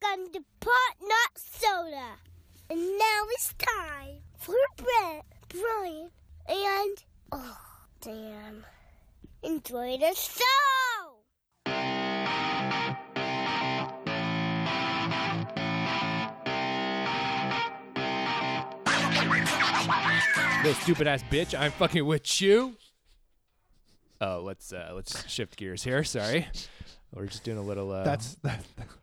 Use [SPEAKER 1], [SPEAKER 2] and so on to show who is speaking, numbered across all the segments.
[SPEAKER 1] from the pot nut soda. And now it's time for Brett, Brian, and oh damn. Enjoy the show!
[SPEAKER 2] Little stupid ass bitch, I'm fucking with you. Oh, let's uh let's shift gears here. Sorry, we're just doing a little. Uh,
[SPEAKER 3] That's that,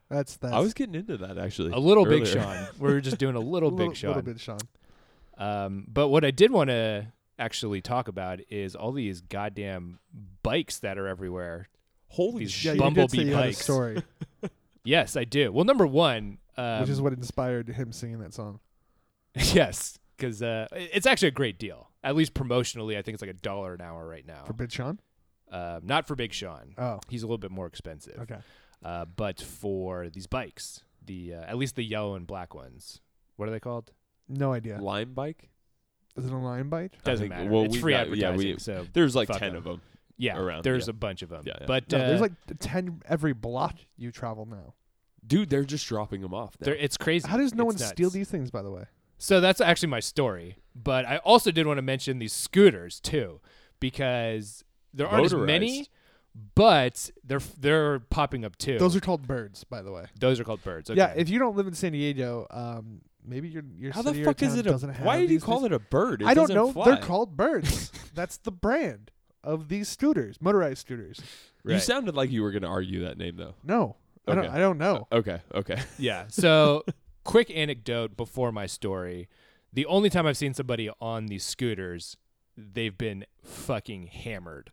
[SPEAKER 3] that's that's
[SPEAKER 4] I was getting into that actually.
[SPEAKER 2] a little
[SPEAKER 4] earlier.
[SPEAKER 2] Big Sean. We're just doing a little,
[SPEAKER 3] little,
[SPEAKER 2] Big Sean.
[SPEAKER 3] little bit Sean.
[SPEAKER 2] Um, but what I did want to actually talk about is all these goddamn bikes that are everywhere.
[SPEAKER 4] Holy
[SPEAKER 2] These
[SPEAKER 4] shit!
[SPEAKER 3] Yeah, you did
[SPEAKER 2] Bumblebee
[SPEAKER 3] say you had a
[SPEAKER 2] bikes.
[SPEAKER 3] story,
[SPEAKER 2] Yes, I do. Well, number one, um,
[SPEAKER 3] which is what inspired him singing that song.
[SPEAKER 2] yes, because uh, it- it's actually a great deal. At least promotionally, I think it's like a dollar an hour right now.
[SPEAKER 4] oh.
[SPEAKER 3] For Big Sean.
[SPEAKER 2] um, not for Big Sean.
[SPEAKER 3] Oh,
[SPEAKER 2] He's a little bit more expensive.
[SPEAKER 3] okay.
[SPEAKER 2] Uh, but for these bikes, the uh, at least the yellow and black ones. What are they called?
[SPEAKER 3] No idea.
[SPEAKER 4] Lime bike.
[SPEAKER 3] Is it a lion bite?
[SPEAKER 4] I
[SPEAKER 2] Doesn't
[SPEAKER 4] think-
[SPEAKER 2] matter.
[SPEAKER 4] well,
[SPEAKER 2] it's
[SPEAKER 4] we
[SPEAKER 2] free
[SPEAKER 4] got- yeah,
[SPEAKER 2] advertising.
[SPEAKER 4] we-
[SPEAKER 2] so
[SPEAKER 4] There's like
[SPEAKER 2] Fuck
[SPEAKER 4] ten
[SPEAKER 2] them.
[SPEAKER 4] of them.
[SPEAKER 2] yeah,
[SPEAKER 4] around,
[SPEAKER 2] there's
[SPEAKER 4] yeah.
[SPEAKER 2] a bunch of them.
[SPEAKER 4] Yeah, yeah.
[SPEAKER 2] But
[SPEAKER 3] No,
[SPEAKER 2] uh,
[SPEAKER 3] there's like ten every block you travel now.
[SPEAKER 4] Dude, they're just dropping them off. now.
[SPEAKER 2] There, it's crazy.
[SPEAKER 3] How does no
[SPEAKER 2] It's
[SPEAKER 3] one steal
[SPEAKER 2] nuts.
[SPEAKER 3] these things? By the way,
[SPEAKER 2] So that's actually my story. But I also did want to mention these scooters too, because there aren't as many,
[SPEAKER 4] Motorized.
[SPEAKER 2] but they're they're popping up too.
[SPEAKER 3] those are called birds. By the way,
[SPEAKER 2] those are called birds.
[SPEAKER 3] yeah. If you don't live in San Diego, um, maybe your your
[SPEAKER 4] How the
[SPEAKER 3] city
[SPEAKER 4] fuck
[SPEAKER 3] or town
[SPEAKER 4] is it?
[SPEAKER 3] doesn't
[SPEAKER 4] A,
[SPEAKER 3] have.
[SPEAKER 4] why did you
[SPEAKER 3] these
[SPEAKER 4] call
[SPEAKER 3] things.
[SPEAKER 4] it a bird? It
[SPEAKER 3] I don't
[SPEAKER 4] doesn't
[SPEAKER 3] know.
[SPEAKER 4] Fly.
[SPEAKER 3] They're called birds. That's the brand of these scooters, motorized scooters.
[SPEAKER 4] You
[SPEAKER 2] Right.
[SPEAKER 4] sounded like you were going to argue that name though.
[SPEAKER 3] No, I don't.
[SPEAKER 4] Okay. Oh,
[SPEAKER 3] I don't know.
[SPEAKER 4] Okay. Okay.
[SPEAKER 2] yeah. So quick anecdote before my story: the only time I've seen somebody on these scooters, they've been fucking hammered,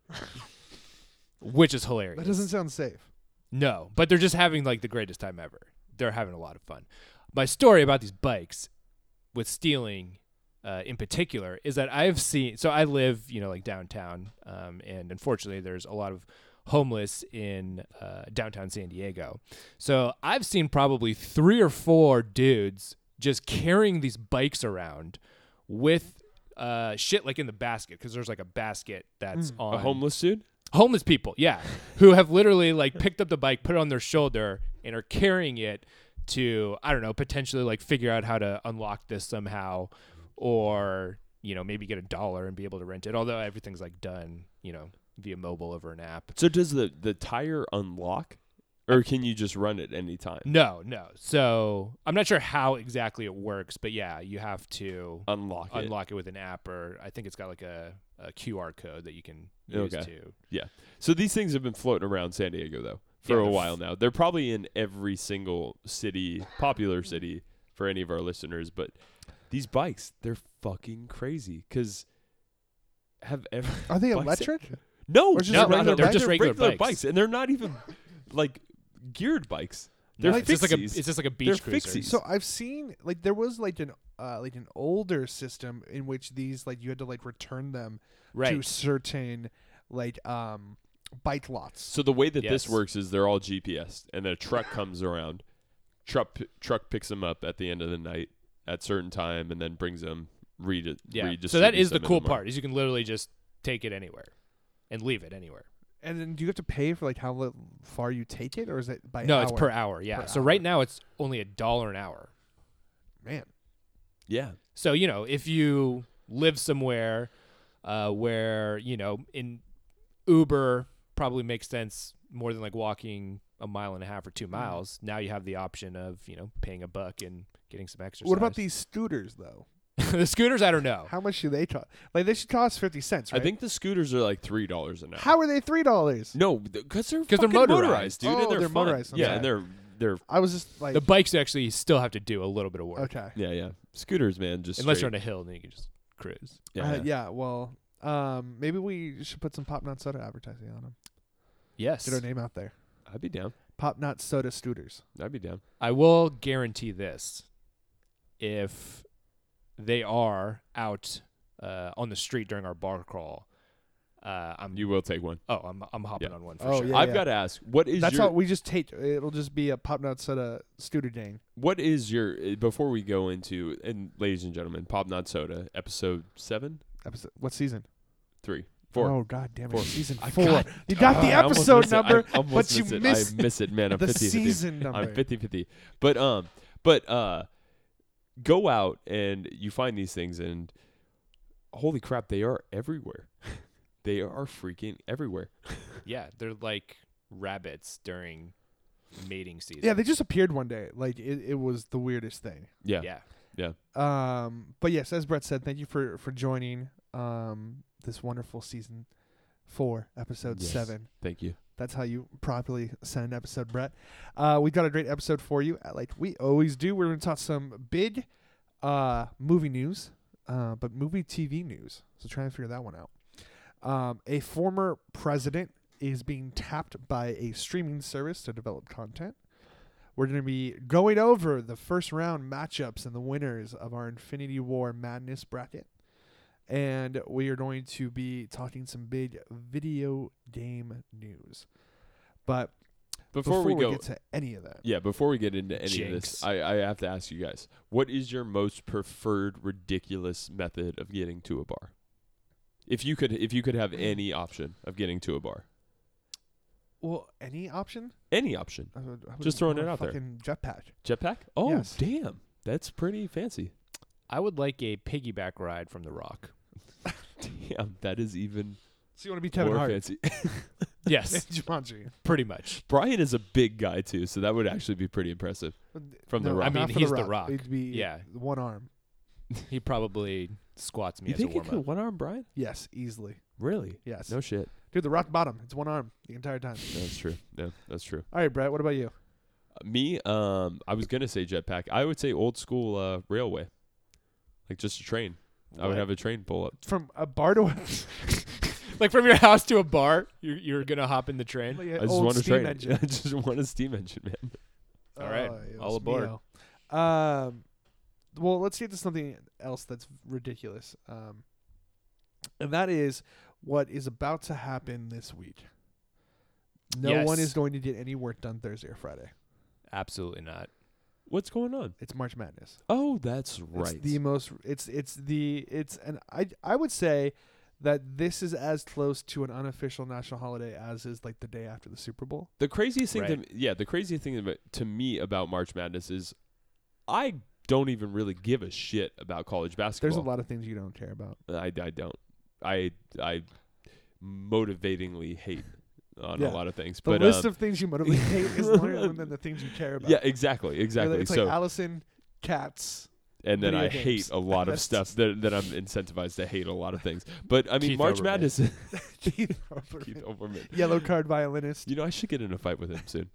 [SPEAKER 2] which is hilarious.
[SPEAKER 3] That doesn't sound safe.
[SPEAKER 2] No, but they're just having like the greatest time ever. They're having a lot of fun. My story about these bikes with stealing uh, in particular is that I've seen, so I live, you know, like downtown. Um, and unfortunately, there's a lot of homeless in uh, downtown San Diego. So I've seen probably three or four dudes just carrying these bikes around with uh, shit like in the basket because there's like a basket that's on
[SPEAKER 4] A homeless dude.
[SPEAKER 2] homeless people, yeah, who have literally like picked up the bike, put it on their shoulder, and are carrying it to I don't know, potentially like figure out how to unlock this somehow, or you know maybe get a dollar and be able to rent it. Although everything's like done, you know, via mobile over an app.
[SPEAKER 4] So does the the tire unlock, or can you just run it any time?
[SPEAKER 2] No, no. So I'm not sure how exactly it works, but yeah, you have to
[SPEAKER 4] Unlock it.
[SPEAKER 2] unlock it with an app, or I think it's got like a, a QR code that you can use
[SPEAKER 4] Okay.
[SPEAKER 2] to.
[SPEAKER 4] So these things have been floating around San Diego though for
[SPEAKER 2] Yeah,
[SPEAKER 4] a
[SPEAKER 2] they're
[SPEAKER 4] while now. They're probably in every single city, popular city for any of our listeners, but these bikes, they're fucking crazy cuz have ever
[SPEAKER 3] Are they
[SPEAKER 4] bikes-
[SPEAKER 3] electric?
[SPEAKER 4] No,
[SPEAKER 3] Or just
[SPEAKER 4] no,
[SPEAKER 3] regular
[SPEAKER 4] no,
[SPEAKER 3] bikes?
[SPEAKER 2] They're regular bikes.
[SPEAKER 4] and they're not even like geared bikes.
[SPEAKER 2] No,
[SPEAKER 4] They're
[SPEAKER 2] it's just like a
[SPEAKER 4] fixies.
[SPEAKER 2] it's just like a beach
[SPEAKER 4] They're
[SPEAKER 2] cruiser.
[SPEAKER 4] fixies.
[SPEAKER 3] So I've seen like there was like an uh, like an older system in which these like you had to like return them to
[SPEAKER 2] right?
[SPEAKER 3] certain like um bike lots.
[SPEAKER 4] So the way that
[SPEAKER 2] Yes.
[SPEAKER 4] this works is they're all GPS, and then a truck comes around. Truck truck picks them up at the end of the night at certain time, and then brings them. Read it.
[SPEAKER 2] Yeah. So that is the cool part is you can literally just take it anywhere and leave it anywhere.
[SPEAKER 3] And then do you have to pay for like how li- far you take it, or is it by
[SPEAKER 2] no,
[SPEAKER 3] hour?
[SPEAKER 2] it's per hour. Yeah.
[SPEAKER 3] Per
[SPEAKER 2] so
[SPEAKER 3] hour.
[SPEAKER 2] right now it's only a dollar an hour.
[SPEAKER 3] man.
[SPEAKER 4] Yeah.
[SPEAKER 2] So you know if you live somewhere uh, where you know in Uber probably makes sense more than like walking a mile and a half or
[SPEAKER 3] Mm-hmm.
[SPEAKER 2] two miles. Now you have the option of you know paying a buck and getting some exercise.
[SPEAKER 3] What about these scooters though?
[SPEAKER 2] the scooters? I don't know.
[SPEAKER 3] How much do they cost? Like they should cost fifty cents, right?
[SPEAKER 4] I think the scooters are like three dollars an hour.
[SPEAKER 3] How are they three dollars?
[SPEAKER 4] No, because they're
[SPEAKER 2] 'Cause they're
[SPEAKER 4] fucking
[SPEAKER 2] motorized.
[SPEAKER 4] dude,
[SPEAKER 3] Oh,
[SPEAKER 4] and they're,
[SPEAKER 3] they're
[SPEAKER 4] fun.
[SPEAKER 3] motorized, I'm
[SPEAKER 4] Yeah,
[SPEAKER 3] sorry.
[SPEAKER 4] and they're they're
[SPEAKER 3] I was just like
[SPEAKER 2] the bikes actually still have to do a little bit of work
[SPEAKER 3] okay,
[SPEAKER 4] yeah yeah scooters, man. Just
[SPEAKER 2] unless you're on
[SPEAKER 4] straight.
[SPEAKER 2] a hill and then you can just cruise.
[SPEAKER 4] yeah,
[SPEAKER 3] Uh,
[SPEAKER 4] yeah.
[SPEAKER 3] yeah. Well, um, maybe we should put some pop nut soda advertising on them.
[SPEAKER 2] Yes.
[SPEAKER 3] Get our name out there.
[SPEAKER 4] I'd be down.
[SPEAKER 3] Pop nut soda scooters.
[SPEAKER 4] I'd be down.
[SPEAKER 2] I will guarantee this: if they are out uh, on the street during our bar crawl, uh, I'm
[SPEAKER 4] You will take one.
[SPEAKER 2] oh I'm I'm hopping
[SPEAKER 4] Yeah.
[SPEAKER 2] on one for
[SPEAKER 3] Oh,
[SPEAKER 2] sure.
[SPEAKER 3] yeah.
[SPEAKER 4] I've got to ask, what is
[SPEAKER 3] That's
[SPEAKER 4] your
[SPEAKER 3] how we just take. It'll just be a pop nut soda scooter gang.
[SPEAKER 4] what is your uh, before we go into and ladies and gentlemen, Pop Not Soda episode seven
[SPEAKER 3] Episode. What season?
[SPEAKER 4] three Four.
[SPEAKER 3] Oh god damn it!
[SPEAKER 4] Four.
[SPEAKER 3] Season
[SPEAKER 4] I
[SPEAKER 3] four.
[SPEAKER 4] got-
[SPEAKER 3] you got the
[SPEAKER 4] I almost
[SPEAKER 3] episode
[SPEAKER 4] missed it. I
[SPEAKER 3] number,
[SPEAKER 4] almost
[SPEAKER 3] but you
[SPEAKER 4] missed it.
[SPEAKER 3] missed
[SPEAKER 4] I miss it, man. I'm
[SPEAKER 3] the
[SPEAKER 4] 50,
[SPEAKER 3] season number.
[SPEAKER 4] I'm 50 50. But um but uh go out and you find these things and holy crap, they are everywhere. they are freaking everywhere.
[SPEAKER 2] Yeah, they're like rabbits during mating season.
[SPEAKER 3] Yeah, they just appeared one day. Like it, it was the weirdest thing.
[SPEAKER 4] Yeah.
[SPEAKER 2] yeah.
[SPEAKER 3] Um, but yes, as Brett said, thank you for for joining um this wonderful season four, episode
[SPEAKER 4] Yes.
[SPEAKER 3] seven.
[SPEAKER 4] Thank you.
[SPEAKER 3] That's how you properly send an episode, Brett. Uh, we've got a great episode for you, uh, like we always do. We're going to talk some big uh, movie news, uh, but movie TV news. So try and figure that one out. Um, a former president is being tapped by a streaming service to develop content. We're going to be going over the first round matchups and the winners of our Infinity War Madness bracket. And we are going to be talking some big video game news. But
[SPEAKER 4] Before, we go
[SPEAKER 3] get to any of that,
[SPEAKER 4] Yeah, before we get into any of this,
[SPEAKER 2] Jinx.
[SPEAKER 4] I, I have to ask you guys, what is your most preferred ridiculous method of getting to a bar? If you could if you could have any option of getting to a bar.
[SPEAKER 3] well, any option?
[SPEAKER 4] Any option.
[SPEAKER 3] I would- I would
[SPEAKER 4] Just throwing
[SPEAKER 3] want
[SPEAKER 4] it
[SPEAKER 3] a
[SPEAKER 4] out there.
[SPEAKER 3] fucking Jetpack.
[SPEAKER 4] Jetpack? Oh
[SPEAKER 3] Yes.
[SPEAKER 4] damn. That's pretty fancy.
[SPEAKER 2] I would like a piggyback ride from The Rock.
[SPEAKER 4] Damn, that is even
[SPEAKER 3] So you want to be Kevin
[SPEAKER 4] more
[SPEAKER 3] Hart?
[SPEAKER 4] fancy.
[SPEAKER 2] Yes,
[SPEAKER 3] Jumanji.
[SPEAKER 2] pretty much.
[SPEAKER 4] Brian is a big guy too, so that would actually be pretty impressive. From The
[SPEAKER 3] No,
[SPEAKER 4] Rock.
[SPEAKER 2] I
[SPEAKER 3] not
[SPEAKER 2] mean,
[SPEAKER 3] for
[SPEAKER 2] he's
[SPEAKER 3] the
[SPEAKER 2] The
[SPEAKER 3] rock.
[SPEAKER 2] Rock.
[SPEAKER 3] It'd be
[SPEAKER 2] Yeah.
[SPEAKER 3] one arm.
[SPEAKER 2] He probably squats me
[SPEAKER 4] you
[SPEAKER 2] as a
[SPEAKER 4] think he
[SPEAKER 2] warm
[SPEAKER 4] could
[SPEAKER 2] up.
[SPEAKER 4] one arm Brian?
[SPEAKER 3] Yes, easily.
[SPEAKER 4] Really?
[SPEAKER 3] Yes.
[SPEAKER 4] No shit.
[SPEAKER 3] Dude, the rock bottom. It's one arm the entire time.
[SPEAKER 4] That's true. Yeah, that's true.
[SPEAKER 3] All right, Brett. What about you?
[SPEAKER 4] Me, um, I was gonna say jetpack. I would say old school uh, railway, like just a train. I would have a train pull up.
[SPEAKER 3] From a bar to a
[SPEAKER 2] like from your house to a bar. You're you're gonna hop in the train.
[SPEAKER 3] like an
[SPEAKER 4] I just
[SPEAKER 3] old
[SPEAKER 4] want a
[SPEAKER 3] steam
[SPEAKER 4] train.
[SPEAKER 3] engine.
[SPEAKER 4] I just want a steam engine, man.
[SPEAKER 2] All right,
[SPEAKER 3] Oh, yes,
[SPEAKER 2] all aboard.
[SPEAKER 3] mio. Um, well, let's get to something else that's ridiculous. Um, and that is what is about to happen this week. No one
[SPEAKER 2] Yes.
[SPEAKER 3] is going to get any work done Thursday or Friday.
[SPEAKER 2] Absolutely not.
[SPEAKER 4] What's going on?
[SPEAKER 3] It's March Madness.
[SPEAKER 4] Oh, that's
[SPEAKER 3] It's
[SPEAKER 4] right.
[SPEAKER 3] the most. It's it's the it's and I I would say that this is as close to an unofficial national holiday as is like the day after the Super Bowl.
[SPEAKER 4] The craziest thing,
[SPEAKER 2] Right.
[SPEAKER 4] to, yeah, the craziest thing about, to me about March Madness is, I don't even really give a shit about college basketball.
[SPEAKER 3] There's a lot of things you don't care about.
[SPEAKER 4] I, I don't. I I motivatingly hate on
[SPEAKER 3] Yeah.
[SPEAKER 4] a lot of things.
[SPEAKER 3] The
[SPEAKER 4] but
[SPEAKER 3] list
[SPEAKER 2] uh,
[SPEAKER 4] um,
[SPEAKER 3] of things you motivate hate is longer than the things you care about.
[SPEAKER 4] yeah, exactly, exactly.
[SPEAKER 3] It's
[SPEAKER 4] so
[SPEAKER 3] like Allison, cats.
[SPEAKER 4] and then
[SPEAKER 3] video
[SPEAKER 4] I
[SPEAKER 3] games.
[SPEAKER 4] hate a lot of
[SPEAKER 3] That's-
[SPEAKER 4] stuff that that I'm incentivized to hate a lot of things. But I mean,
[SPEAKER 2] Keith
[SPEAKER 4] March
[SPEAKER 2] Olbermann.
[SPEAKER 4] Madness.
[SPEAKER 3] Keith Olbermann.
[SPEAKER 4] Keith Olbermann.
[SPEAKER 3] Yellow card violinist.
[SPEAKER 4] You know, I should get in a fight with him soon.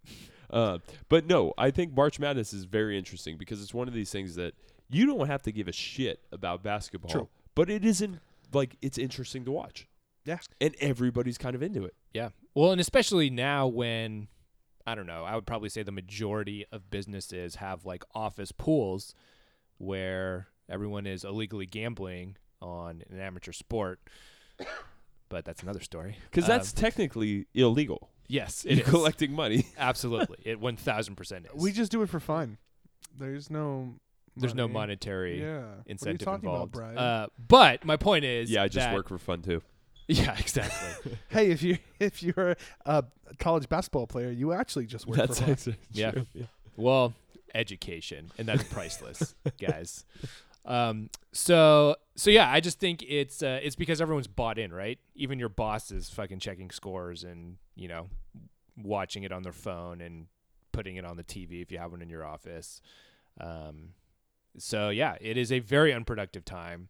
[SPEAKER 4] Uh, but no, I think March Madness is very interesting because it's one of these things that you don't have to give a shit about basketball,
[SPEAKER 3] True.
[SPEAKER 4] but it isn't like it's interesting to watch.
[SPEAKER 3] Yeah.
[SPEAKER 4] and everybody's kind of into it.
[SPEAKER 2] Yeah. Well, and especially now when I don't know, I would probably say the majority of businesses have like office pools where everyone is illegally gambling on an amateur sport. But that's another story.
[SPEAKER 4] Because
[SPEAKER 2] Um,
[SPEAKER 4] that's technically illegal.
[SPEAKER 2] yes,
[SPEAKER 4] You're
[SPEAKER 2] it is.
[SPEAKER 4] collecting money.
[SPEAKER 2] absolutely. It one thousand percent is.
[SPEAKER 3] We just do it for fun. There's no.
[SPEAKER 2] There's no
[SPEAKER 3] money.
[SPEAKER 2] monetary
[SPEAKER 3] Yeah.
[SPEAKER 2] incentive
[SPEAKER 3] what are you talking
[SPEAKER 2] involved.
[SPEAKER 3] About, Brian?
[SPEAKER 2] uh, but my point is,
[SPEAKER 4] yeah, I just
[SPEAKER 2] that-
[SPEAKER 4] work for fun too.
[SPEAKER 2] Yeah, exactly.
[SPEAKER 3] hey, if you if you're a college basketball player, you actually just work
[SPEAKER 4] That's
[SPEAKER 3] for fun.
[SPEAKER 4] actually
[SPEAKER 2] Yeah.
[SPEAKER 4] true. yeah.
[SPEAKER 2] Well, education, and that's priceless, guys. Um, so, so yeah, I just think it's uh, it's because everyone's bought in, right? Even your boss is fucking checking scores and you know watching it on their phone and putting it on the TV if you have one in your office. Um, so yeah, it is a very unproductive time,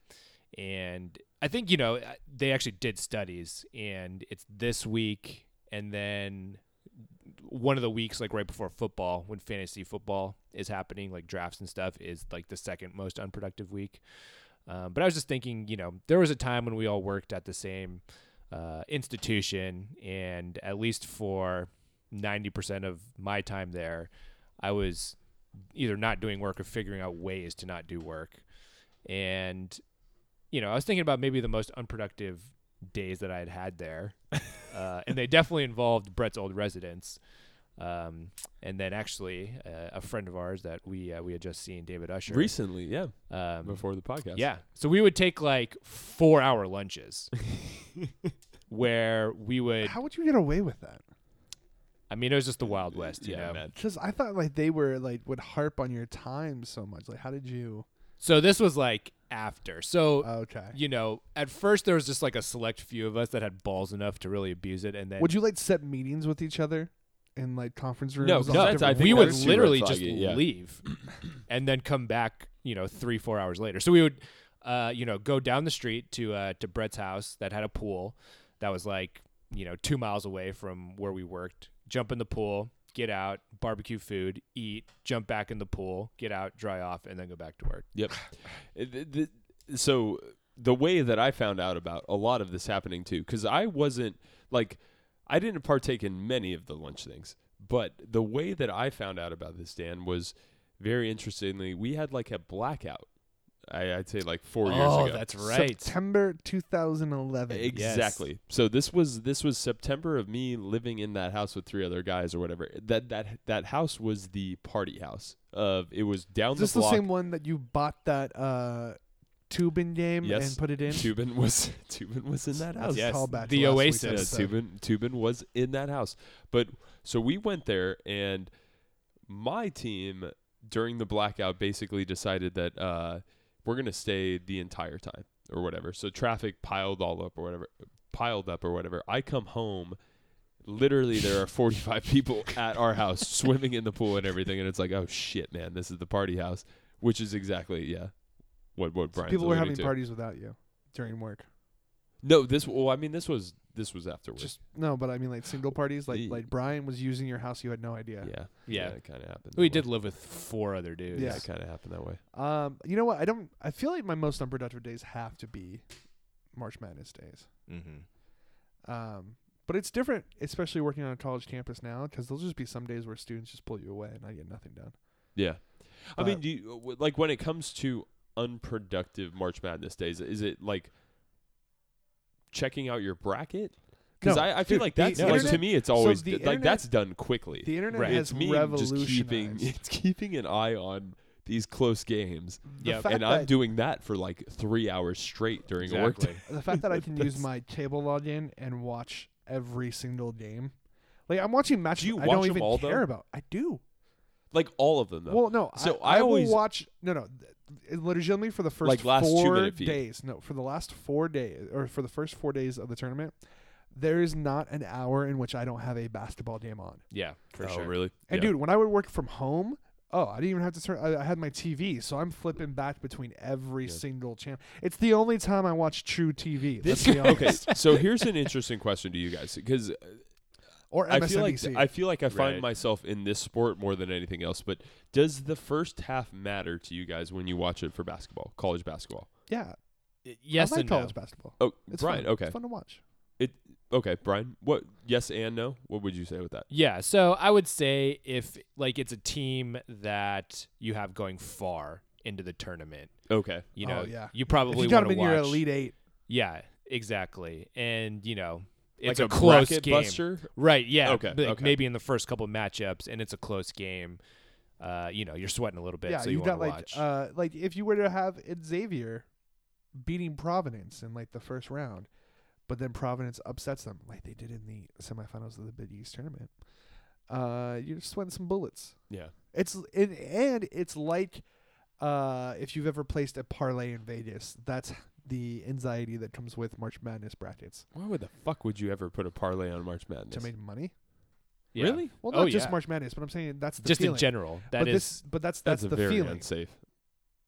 [SPEAKER 2] and I think you know they actually did studies, and it's this week, and then one of the weeks like right before football when fantasy football is happening like drafts and stuff is like the second most unproductive week um, but i was just thinking you know there was a time when we all worked at the same uh, institution and at least for 90% of my time there i was either not doing work or figuring out ways to not do work and you know i was thinking about maybe the most unproductive days that i had had there uh, and they definitely involved brett's old residence um, and then actually uh, a friend of ours that we uh, we had just seen, David Usher.
[SPEAKER 4] Recently, yeah,
[SPEAKER 2] um,
[SPEAKER 4] before the podcast.
[SPEAKER 2] yeah. So we would take like four hour lunches, where we would.
[SPEAKER 3] How would you get away with that?
[SPEAKER 2] I mean, it was just the Wild West, you
[SPEAKER 4] yeah,
[SPEAKER 2] know.
[SPEAKER 4] man.
[SPEAKER 3] Because I thought like they were like would harp on your time so much. Like, how did you? oh,
[SPEAKER 2] So this was like after. So
[SPEAKER 4] Uh,
[SPEAKER 3] Okay.
[SPEAKER 2] you know, at first there was just like a select few of us that had balls enough to really abuse it, and then
[SPEAKER 3] Would you like set meetings with each other in like conference rooms?
[SPEAKER 4] No,
[SPEAKER 3] on
[SPEAKER 4] 'cause that's- I
[SPEAKER 3] different
[SPEAKER 4] think
[SPEAKER 2] we
[SPEAKER 3] floors?
[SPEAKER 2] would
[SPEAKER 4] that's super
[SPEAKER 2] literally
[SPEAKER 4] red
[SPEAKER 2] just
[SPEAKER 4] flag, yeah.
[SPEAKER 2] leave and then come back you know three four hours later so we would uh, you know go down the street to uh, to brett's house that had a pool that was like you know two miles away from where we worked jump in the pool get out barbecue food eat jump back in the pool get out dry off and then go back to work
[SPEAKER 4] Yep. Uh, th- th- so the way that I found out about a lot of this happening too, because I wasn't like I didn't partake in many of the lunch things, but the way that I found out about this Dan was very interestingly. We had like a blackout. I, I'd say like four years
[SPEAKER 2] oh
[SPEAKER 4] ago.
[SPEAKER 2] that's right
[SPEAKER 3] September 2011.
[SPEAKER 4] Exactly. So this was this was September of me living in that house with three other guys or whatever. That that that house was the party house. Of it was down
[SPEAKER 3] Is this
[SPEAKER 4] the
[SPEAKER 3] the
[SPEAKER 4] block.
[SPEAKER 3] same one that you bought that uh, Tubin game
[SPEAKER 4] Yes.
[SPEAKER 3] and put it in?
[SPEAKER 4] Tubin was Tubin was in that house.
[SPEAKER 3] That's
[SPEAKER 2] Yes,
[SPEAKER 3] a callback to
[SPEAKER 2] the
[SPEAKER 3] last
[SPEAKER 2] Oasis.
[SPEAKER 4] Yeah,
[SPEAKER 3] week's
[SPEAKER 2] Yes.
[SPEAKER 3] episode.
[SPEAKER 4] Tubin Tubin was in that house. But so we went there, and my team during the blackout basically decided that uh, we're gonna stay the entire time or whatever. So traffic piled all up or whatever, piled up or whatever. I come home. Literally, there are 45 people at our house swimming in the pool and everything, and it's like, oh shit, man, this is the party house, which is exactly yeah, what what Brian.
[SPEAKER 3] People were having parties without you during work.
[SPEAKER 4] No, this. Well, I mean, this was this was afterwards.
[SPEAKER 3] Just no, but I mean like single parties. Like
[SPEAKER 4] The-
[SPEAKER 3] like Brian was using your house. You had no idea.
[SPEAKER 4] Yeah.
[SPEAKER 2] Yeah.
[SPEAKER 4] it kind of happened.
[SPEAKER 2] we
[SPEAKER 4] that
[SPEAKER 2] did
[SPEAKER 4] way.
[SPEAKER 2] live with four other dudes
[SPEAKER 4] Yeah,
[SPEAKER 3] Yeah.
[SPEAKER 4] it kind of happened that way.
[SPEAKER 3] Um, you know what? I don't. I feel like my most unproductive days have to be March Madness days.
[SPEAKER 4] Mm-hmm.
[SPEAKER 2] Mhm.
[SPEAKER 3] Um, but it's different, especially working on a college campus now, because there'll just be some days where students just pull you away and I get nothing done.
[SPEAKER 4] Yeah. I mean,
[SPEAKER 3] But-
[SPEAKER 4] do you, w- like when it comes to unproductive March Madness days, is it like checking out your bracket? Because
[SPEAKER 3] No,
[SPEAKER 4] I, I feel
[SPEAKER 3] dude,
[SPEAKER 4] like
[SPEAKER 3] the
[SPEAKER 4] that's like
[SPEAKER 3] internet-
[SPEAKER 4] to me, it's
[SPEAKER 3] so
[SPEAKER 4] always
[SPEAKER 3] the
[SPEAKER 4] d- like
[SPEAKER 3] internet-
[SPEAKER 4] that's done quickly.
[SPEAKER 3] The internet
[SPEAKER 2] Right.
[SPEAKER 3] has
[SPEAKER 4] it's me just keeping
[SPEAKER 3] revolutionized.
[SPEAKER 4] it's keeping an eye on these close games,
[SPEAKER 3] The
[SPEAKER 2] Yep.
[SPEAKER 3] fact
[SPEAKER 4] and I'm
[SPEAKER 3] that-
[SPEAKER 4] doing that for like three hours straight during a workday.
[SPEAKER 2] exactly
[SPEAKER 3] the fact that I can use
[SPEAKER 4] That's-
[SPEAKER 3] my cable login and watch every single game. Like I'm watching matches
[SPEAKER 4] you
[SPEAKER 3] I
[SPEAKER 4] watch
[SPEAKER 3] don't
[SPEAKER 4] 'em
[SPEAKER 3] even
[SPEAKER 4] all, though?
[SPEAKER 3] care about. I do.
[SPEAKER 4] Like all of them, though.
[SPEAKER 3] Well, no.
[SPEAKER 4] So
[SPEAKER 3] I,
[SPEAKER 4] I
[SPEAKER 3] I will
[SPEAKER 4] always-
[SPEAKER 3] watch. No, no. th- it Legitimately, for the first
[SPEAKER 4] Like last
[SPEAKER 3] four
[SPEAKER 4] two-minute feed.
[SPEAKER 3] days. No, for the last four days, or for the first four days of the tournament, there is not an hour in which I don't have a basketball game on.
[SPEAKER 2] yeah for
[SPEAKER 4] oh,
[SPEAKER 2] sure
[SPEAKER 4] really?
[SPEAKER 3] And
[SPEAKER 4] Yeah.
[SPEAKER 3] dude, when I would work from home, oh, I didn't even have to turn. I, I had my TV, so I'm flipping back between every
[SPEAKER 4] Yeah.
[SPEAKER 3] single channel. It's the only time I watch true TV.
[SPEAKER 2] This-
[SPEAKER 3] let's be honest.
[SPEAKER 4] okay, so here's an interesting question to you guys because
[SPEAKER 3] Or
[SPEAKER 4] I feel like
[SPEAKER 3] MSNBC.
[SPEAKER 4] I feel like I find
[SPEAKER 2] Right.
[SPEAKER 4] myself in this sport more than anything else. But does the first half matter to you guys when you watch it for basketball, college basketball?
[SPEAKER 3] yeah,
[SPEAKER 2] yes
[SPEAKER 3] I like
[SPEAKER 2] and no.
[SPEAKER 3] college basketball.
[SPEAKER 4] Oh,
[SPEAKER 3] It's
[SPEAKER 4] Brian.
[SPEAKER 3] fun.
[SPEAKER 4] Okay,
[SPEAKER 3] it's fun to watch.
[SPEAKER 4] okay, Brian. What? Yes and no. What would you say with that?
[SPEAKER 2] Yeah, so I would say if like it's a team that you have going far into the tournament,
[SPEAKER 4] Okay,
[SPEAKER 2] you
[SPEAKER 3] Oh,
[SPEAKER 2] know,
[SPEAKER 3] yeah.
[SPEAKER 2] you
[SPEAKER 3] If
[SPEAKER 2] probably
[SPEAKER 3] you got
[SPEAKER 2] want
[SPEAKER 3] them
[SPEAKER 2] to
[SPEAKER 3] in
[SPEAKER 2] watch.
[SPEAKER 3] your elite eight,
[SPEAKER 2] Yeah, exactly. And you know,
[SPEAKER 4] like
[SPEAKER 2] it's a, close
[SPEAKER 4] bracket
[SPEAKER 2] game,
[SPEAKER 4] buster.
[SPEAKER 2] right? Yeah,
[SPEAKER 4] Okay,
[SPEAKER 2] like,
[SPEAKER 4] okay.
[SPEAKER 2] maybe in the first couple matchups, and it's a close game. Uh, you know, you're sweating a little bit,
[SPEAKER 3] yeah,
[SPEAKER 2] so you
[SPEAKER 3] have
[SPEAKER 2] want
[SPEAKER 3] got
[SPEAKER 2] to
[SPEAKER 3] like
[SPEAKER 2] watch.
[SPEAKER 3] uh, like if you were to have Xavier beating Providence in like the first round, but then Providence upsets them like they did in the semifinals of the Big East tournament. Uh, you're sweating some bullets.
[SPEAKER 4] Yeah.
[SPEAKER 3] It's and, and it's like uh, if you've ever placed a parlay in Vegas, that's the anxiety that comes with March Madness brackets
[SPEAKER 4] Why would the fuck would you ever put a parlay on March
[SPEAKER 3] to
[SPEAKER 4] Madness?
[SPEAKER 3] make money.
[SPEAKER 2] Yeah.
[SPEAKER 4] Really?
[SPEAKER 3] Well,
[SPEAKER 2] Oh,
[SPEAKER 3] not just
[SPEAKER 2] yeah.
[SPEAKER 3] March Madness, but I'm saying that's the
[SPEAKER 2] Just
[SPEAKER 3] feeling.
[SPEAKER 2] in general, that
[SPEAKER 3] but
[SPEAKER 2] is
[SPEAKER 3] this, but that's that's,
[SPEAKER 4] a
[SPEAKER 3] the
[SPEAKER 4] very
[SPEAKER 3] feeling.
[SPEAKER 4] unsafe.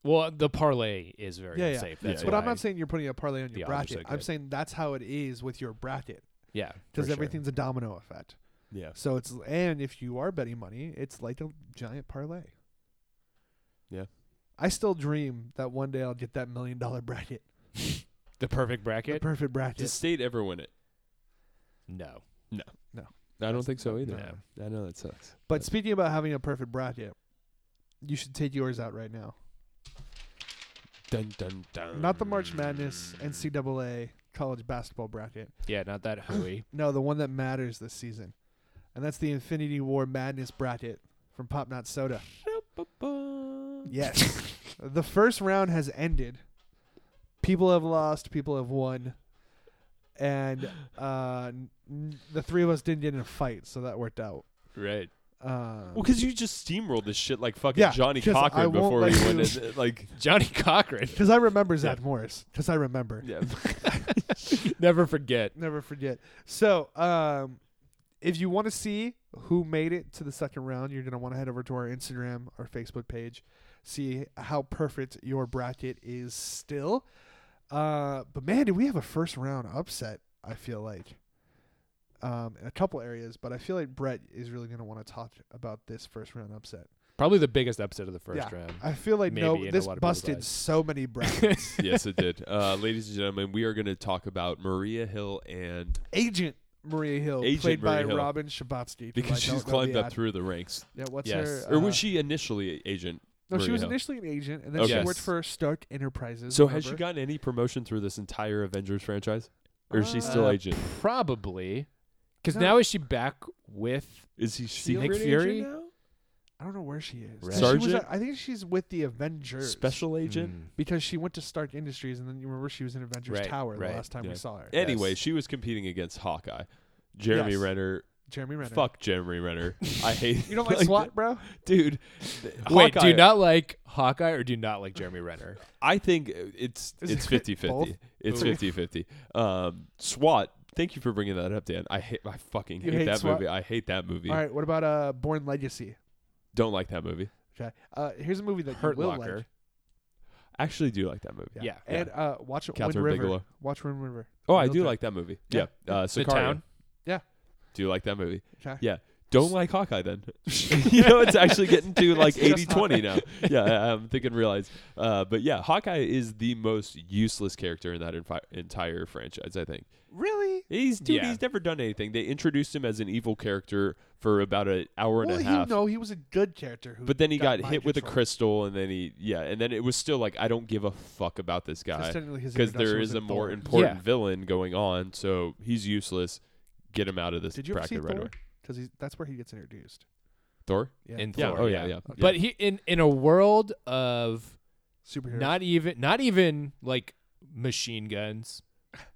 [SPEAKER 2] well, the parlay is very
[SPEAKER 3] Yeah, yeah.
[SPEAKER 2] unsafe.
[SPEAKER 4] Yeah,
[SPEAKER 2] That's
[SPEAKER 4] yeah.
[SPEAKER 3] But I'm
[SPEAKER 2] why-
[SPEAKER 3] not saying you're putting a parlay on
[SPEAKER 2] the
[SPEAKER 3] your
[SPEAKER 2] odds are
[SPEAKER 3] bracket.
[SPEAKER 2] so
[SPEAKER 3] I'm
[SPEAKER 2] good.
[SPEAKER 3] saying that's how it is with your bracket
[SPEAKER 2] yeah,
[SPEAKER 3] because
[SPEAKER 4] sure.
[SPEAKER 3] everything's a domino effect.
[SPEAKER 4] Yeah.
[SPEAKER 3] So it's and if you are betting money, it's like a giant parlay.
[SPEAKER 4] Yeah.
[SPEAKER 3] I still dream that one day I'll get that million dollar bracket,
[SPEAKER 2] the perfect
[SPEAKER 3] the
[SPEAKER 2] bracket.
[SPEAKER 3] perfect bracket.
[SPEAKER 4] Does state ever win it?
[SPEAKER 2] no,
[SPEAKER 4] I don't think so either.
[SPEAKER 2] No.
[SPEAKER 4] I know that sucks.
[SPEAKER 3] but speaking about having a perfect bracket, you should take yours out right now.
[SPEAKER 4] Dun dun dun.
[SPEAKER 3] Not the March Madness NCAA college basketball bracket.
[SPEAKER 2] yeah, not that hooey.
[SPEAKER 3] No, the one that matters this season, and that's the Infinity War Madness bracket from Pop Not Soda. Yes. the first round has ended. People have lost, people have won. and uh, n- n- the three of us didn't get in a fight, so that worked out.
[SPEAKER 4] Right.
[SPEAKER 3] Um,
[SPEAKER 4] Well, because you just steamrolled this shit like fucking
[SPEAKER 3] Yeah,
[SPEAKER 4] Johnny
[SPEAKER 3] 'cause I
[SPEAKER 4] Cochran
[SPEAKER 3] won't
[SPEAKER 4] before
[SPEAKER 3] let
[SPEAKER 4] we went
[SPEAKER 3] you-
[SPEAKER 4] in. uh, Like,
[SPEAKER 2] Johnny Cochran.
[SPEAKER 3] Because I remember Zach Morris. Because I remember.
[SPEAKER 4] yeah.
[SPEAKER 2] Never forget.
[SPEAKER 3] Never forget. So, um, if you want to see who made it to the second round, you're going to want to head over to our Instagram or Facebook page, see how perfect your bracket is still. Uh, but man, did we have a first round upset, I feel like. Um, in a couple areas, but I feel like Brett is really going to want to talk about this first round upset.
[SPEAKER 2] Probably the biggest upset of the first
[SPEAKER 3] Yeah.
[SPEAKER 2] round.
[SPEAKER 3] I feel like
[SPEAKER 2] Maybe
[SPEAKER 3] no,
[SPEAKER 2] in a
[SPEAKER 3] this
[SPEAKER 2] lot of people's
[SPEAKER 3] busted
[SPEAKER 2] eyes.
[SPEAKER 3] so many brackets.
[SPEAKER 4] yes, it did. Uh, ladies and gentlemen, we are going to talk about Maria Hill and
[SPEAKER 3] Agent Maria Hill,
[SPEAKER 4] Agent
[SPEAKER 3] played by
[SPEAKER 4] Maria Hill.
[SPEAKER 3] Robin Shabatsky, who
[SPEAKER 4] because
[SPEAKER 3] I don't
[SPEAKER 4] she's
[SPEAKER 3] know
[SPEAKER 4] climbed
[SPEAKER 3] the
[SPEAKER 4] up
[SPEAKER 3] ad-
[SPEAKER 4] through the ranks.
[SPEAKER 3] Yeah, what's
[SPEAKER 2] Yes.
[SPEAKER 3] her?
[SPEAKER 4] or
[SPEAKER 3] uh,
[SPEAKER 4] was she initially a- agent?
[SPEAKER 3] No, she
[SPEAKER 4] Maria
[SPEAKER 3] was
[SPEAKER 4] Hill?
[SPEAKER 3] initially an agent, and then
[SPEAKER 4] Okay.
[SPEAKER 3] she worked for Stark Enterprises.
[SPEAKER 4] So has she
[SPEAKER 3] remember?
[SPEAKER 4] gotten any promotion through this entire Avengers franchise? Or is she still
[SPEAKER 2] Uh,
[SPEAKER 4] agent?
[SPEAKER 2] Probably. Because
[SPEAKER 3] No.
[SPEAKER 2] now is she back with
[SPEAKER 4] Is he
[SPEAKER 2] Nick
[SPEAKER 4] secret agent
[SPEAKER 2] Fury?
[SPEAKER 4] now?
[SPEAKER 3] I don't know where she is.
[SPEAKER 2] Right.
[SPEAKER 3] She was
[SPEAKER 4] Sergeant?
[SPEAKER 3] a- I think she's with the Avengers.
[SPEAKER 4] Special agent?
[SPEAKER 2] Mm.
[SPEAKER 3] Because she went to Stark Industries, and then you remember she was in Avengers
[SPEAKER 2] Right,
[SPEAKER 3] Tower
[SPEAKER 2] right,
[SPEAKER 3] the last time
[SPEAKER 4] yeah.
[SPEAKER 3] we saw her.
[SPEAKER 2] Yeah.
[SPEAKER 4] Anyway,
[SPEAKER 2] Yes.
[SPEAKER 4] she was competing against Hawkeye. Jeremy
[SPEAKER 3] Yes.
[SPEAKER 4] Renner.
[SPEAKER 3] Jeremy Renner.
[SPEAKER 4] Fuck Jeremy Renner.
[SPEAKER 2] Hmm.
[SPEAKER 4] I hate
[SPEAKER 3] You don't like SWAT, bro?
[SPEAKER 4] dude.
[SPEAKER 2] Wait, do
[SPEAKER 4] Hawkeye-
[SPEAKER 2] you not like Hawkeye or do you not like Jeremy Renner?
[SPEAKER 4] I think it's
[SPEAKER 3] Is
[SPEAKER 4] it's
[SPEAKER 3] it
[SPEAKER 4] 50
[SPEAKER 3] both?
[SPEAKER 4] 50. It's
[SPEAKER 2] Ooh.
[SPEAKER 4] 50 50. Um, SWAT. Thank you for bringing that up, Dan. I hate. I fucking
[SPEAKER 3] You
[SPEAKER 4] hate,
[SPEAKER 3] hate
[SPEAKER 4] that
[SPEAKER 3] SWAT?
[SPEAKER 4] movie. I hate that movie.
[SPEAKER 3] All right. What about uh, Born Legacy?
[SPEAKER 4] Don't like that movie.
[SPEAKER 3] Okay. Uh, here's a movie that
[SPEAKER 2] Hurt
[SPEAKER 3] you will
[SPEAKER 2] Locker.
[SPEAKER 3] like.
[SPEAKER 4] Actually, do like that movie.
[SPEAKER 2] Yeah. Yeah.
[SPEAKER 3] And uh, watch Wind
[SPEAKER 4] Catherine
[SPEAKER 3] River.
[SPEAKER 4] Bigelow.
[SPEAKER 3] Watch Wind River.
[SPEAKER 4] Oh, I
[SPEAKER 3] Real
[SPEAKER 4] do
[SPEAKER 3] time.
[SPEAKER 4] like that movie.
[SPEAKER 3] Yeah.
[SPEAKER 4] Yeah. Uh,
[SPEAKER 2] The
[SPEAKER 4] Sicario.
[SPEAKER 2] Town.
[SPEAKER 4] Do you like that movie?
[SPEAKER 3] Okay.
[SPEAKER 4] Yeah. Don't like Hawkeye then. you know, it's actually getting to like
[SPEAKER 3] It's just
[SPEAKER 4] 80 20 now. Yeah, I- I'm thinking realize. Uh, but yeah, Hawkeye is the most useless character in that enfi- entire franchise, I think.
[SPEAKER 3] Really?
[SPEAKER 4] He's dude,
[SPEAKER 2] Yeah.
[SPEAKER 4] he's never done anything. They introduced him as an evil character for about an hour and
[SPEAKER 3] well,
[SPEAKER 4] a half.
[SPEAKER 3] you know he was a good character. Who
[SPEAKER 4] but then he got,
[SPEAKER 3] mind
[SPEAKER 4] hit with a
[SPEAKER 3] control.
[SPEAKER 4] crystal and then he yeah, and then it was still like I don't give a fuck about this
[SPEAKER 3] That's
[SPEAKER 4] guy
[SPEAKER 3] technically his
[SPEAKER 4] because there
[SPEAKER 3] introduction was
[SPEAKER 4] is a
[SPEAKER 3] in
[SPEAKER 4] more
[SPEAKER 3] Thor.
[SPEAKER 4] important
[SPEAKER 2] Yeah.
[SPEAKER 4] villain going on, so he's useless. Get him out of this
[SPEAKER 3] Did you ever see
[SPEAKER 4] bracket right
[SPEAKER 3] Thor?
[SPEAKER 4] away.
[SPEAKER 3] Because that's where he gets introduced.
[SPEAKER 4] Thor?
[SPEAKER 3] Yeah.
[SPEAKER 2] In
[SPEAKER 4] Yeah,
[SPEAKER 2] Thor,
[SPEAKER 4] oh yeah, yeah.
[SPEAKER 2] But he in in a world of
[SPEAKER 3] superhero.
[SPEAKER 2] not even not even like machine guns,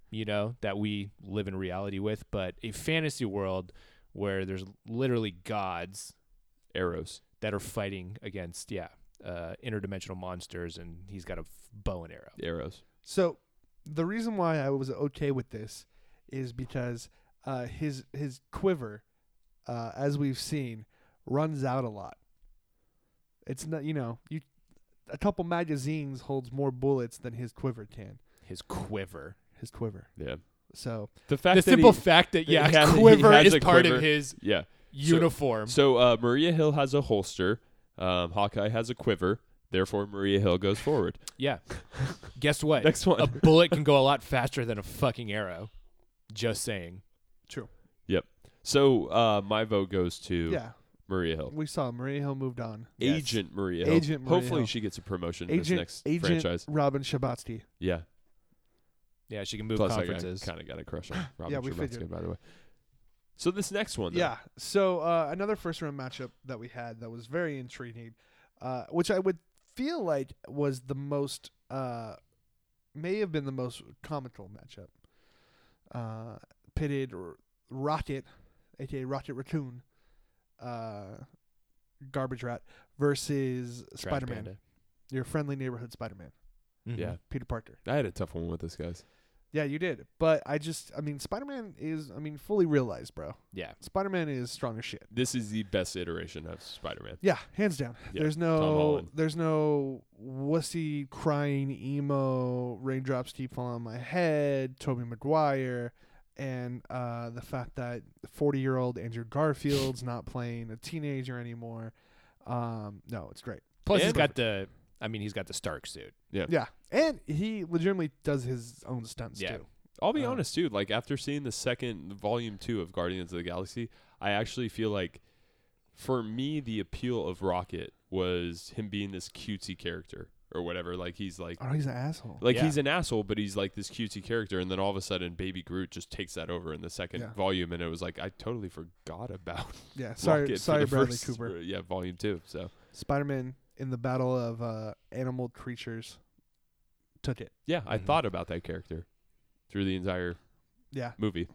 [SPEAKER 2] you know, that we live in reality with, but a fantasy world where there's literally gods
[SPEAKER 4] arrows.
[SPEAKER 2] that are fighting against yeah uh, interdimensional monsters, and he's got a f- bow and arrow.
[SPEAKER 4] Arrows.
[SPEAKER 3] so the reason why I was okay with this is because uh, his his quiver, uh, as we've seen, runs out a lot. It's not you know you a couple magazines holds more bullets than his quiver can.
[SPEAKER 2] His quiver.
[SPEAKER 3] His quiver.
[SPEAKER 4] Yeah.
[SPEAKER 3] So
[SPEAKER 4] The fact
[SPEAKER 2] the
[SPEAKER 4] that
[SPEAKER 2] simple
[SPEAKER 4] he,
[SPEAKER 2] fact that
[SPEAKER 4] that
[SPEAKER 2] yeah,
[SPEAKER 4] he has- he
[SPEAKER 2] quiver
[SPEAKER 4] has
[SPEAKER 2] is
[SPEAKER 4] a
[SPEAKER 2] part
[SPEAKER 4] quiver.
[SPEAKER 2] of his
[SPEAKER 4] yeah.
[SPEAKER 2] uniform.
[SPEAKER 4] So uh, Maria Hill has a holster. Um, Hawkeye has a quiver. Therefore, Maria Hill goes forward.
[SPEAKER 2] yeah. Guess what?
[SPEAKER 4] Next one.
[SPEAKER 2] a bullet can go a lot faster than a fucking arrow. Just saying.
[SPEAKER 3] true.
[SPEAKER 4] So uh, my vote goes to
[SPEAKER 3] Yeah,
[SPEAKER 4] Maria Hill.
[SPEAKER 3] we saw Maria Hill moved on.
[SPEAKER 2] Yes.
[SPEAKER 4] Agent Maria Hill.
[SPEAKER 3] Agent Maria
[SPEAKER 4] Hopefully,
[SPEAKER 3] Hill.
[SPEAKER 4] she gets a promotion in
[SPEAKER 3] Agent
[SPEAKER 4] this next
[SPEAKER 3] Agent
[SPEAKER 4] franchise.
[SPEAKER 3] Robin Shabatsky.
[SPEAKER 4] Yeah.
[SPEAKER 2] Yeah, she can move
[SPEAKER 4] Plus, I
[SPEAKER 2] conferences.
[SPEAKER 4] kind of got a crush on Robin
[SPEAKER 3] we
[SPEAKER 4] Scherbatsky,
[SPEAKER 3] figured.
[SPEAKER 4] by the way. So this next one, though.
[SPEAKER 3] Yeah. So uh, another first round matchup that we had that was very intriguing, uh, which I would feel like was the most, uh, may have been the most comical matchup. Uh, pitted R- Rocket, aka Rocket Raccoon, uh, Garbage Rat versus
[SPEAKER 2] Trash
[SPEAKER 3] Spider Man,
[SPEAKER 2] Panda.
[SPEAKER 3] your friendly neighborhood Spider Man,
[SPEAKER 2] Mhm.
[SPEAKER 4] yeah.
[SPEAKER 3] Peter Parker.
[SPEAKER 4] I had a tough one with this, guys.
[SPEAKER 3] Yeah, you did. But I just, I mean, Spider Man is, I mean, fully realized, bro.
[SPEAKER 2] Yeah.
[SPEAKER 3] Spider Man is strong as shit.
[SPEAKER 4] This is the best iteration of Spider-Man.
[SPEAKER 3] Yeah, hands down.
[SPEAKER 4] Yeah,
[SPEAKER 3] There's
[SPEAKER 4] Tom
[SPEAKER 3] no
[SPEAKER 4] Holland.
[SPEAKER 3] there's no wussy crying emo raindrops keep falling on my head, Toby Maguire, and uh, the fact that forty year old Andrew Garfield's not playing a teenager anymore. Um, no, it's great.
[SPEAKER 2] Plus he's
[SPEAKER 4] And-
[SPEAKER 2] got the I mean he's got the Stark suit.
[SPEAKER 3] Yeah. And he legitimately does his own stunts
[SPEAKER 2] Yeah.
[SPEAKER 3] too.
[SPEAKER 4] I'll be
[SPEAKER 3] Uh,
[SPEAKER 4] honest, dude. Like after seeing the second volume two of Guardians of the Galaxy, I actually feel like, for me, the appeal of Rocket was him being this cutesy character or whatever. Like he's like,
[SPEAKER 3] Oh, he's an asshole.
[SPEAKER 4] like
[SPEAKER 2] Yeah.
[SPEAKER 4] he's an asshole, but he's like this cutesy character, and then all of a sudden, Baby Groot just takes that over in the second
[SPEAKER 3] Yeah.
[SPEAKER 4] volume, and it was like I totally forgot about
[SPEAKER 3] Yeah. Sorry
[SPEAKER 4] Rocket
[SPEAKER 3] sorry
[SPEAKER 4] for the
[SPEAKER 3] Bradley
[SPEAKER 4] first,
[SPEAKER 3] Cooper.
[SPEAKER 4] yeah, volume two. So
[SPEAKER 3] Spider Man in the battle of uh, animal creatures took it.
[SPEAKER 4] yeah, I
[SPEAKER 2] Mhm.
[SPEAKER 3] Mm-hmm.
[SPEAKER 4] thought about that character through the entire
[SPEAKER 3] Yeah.
[SPEAKER 4] movie.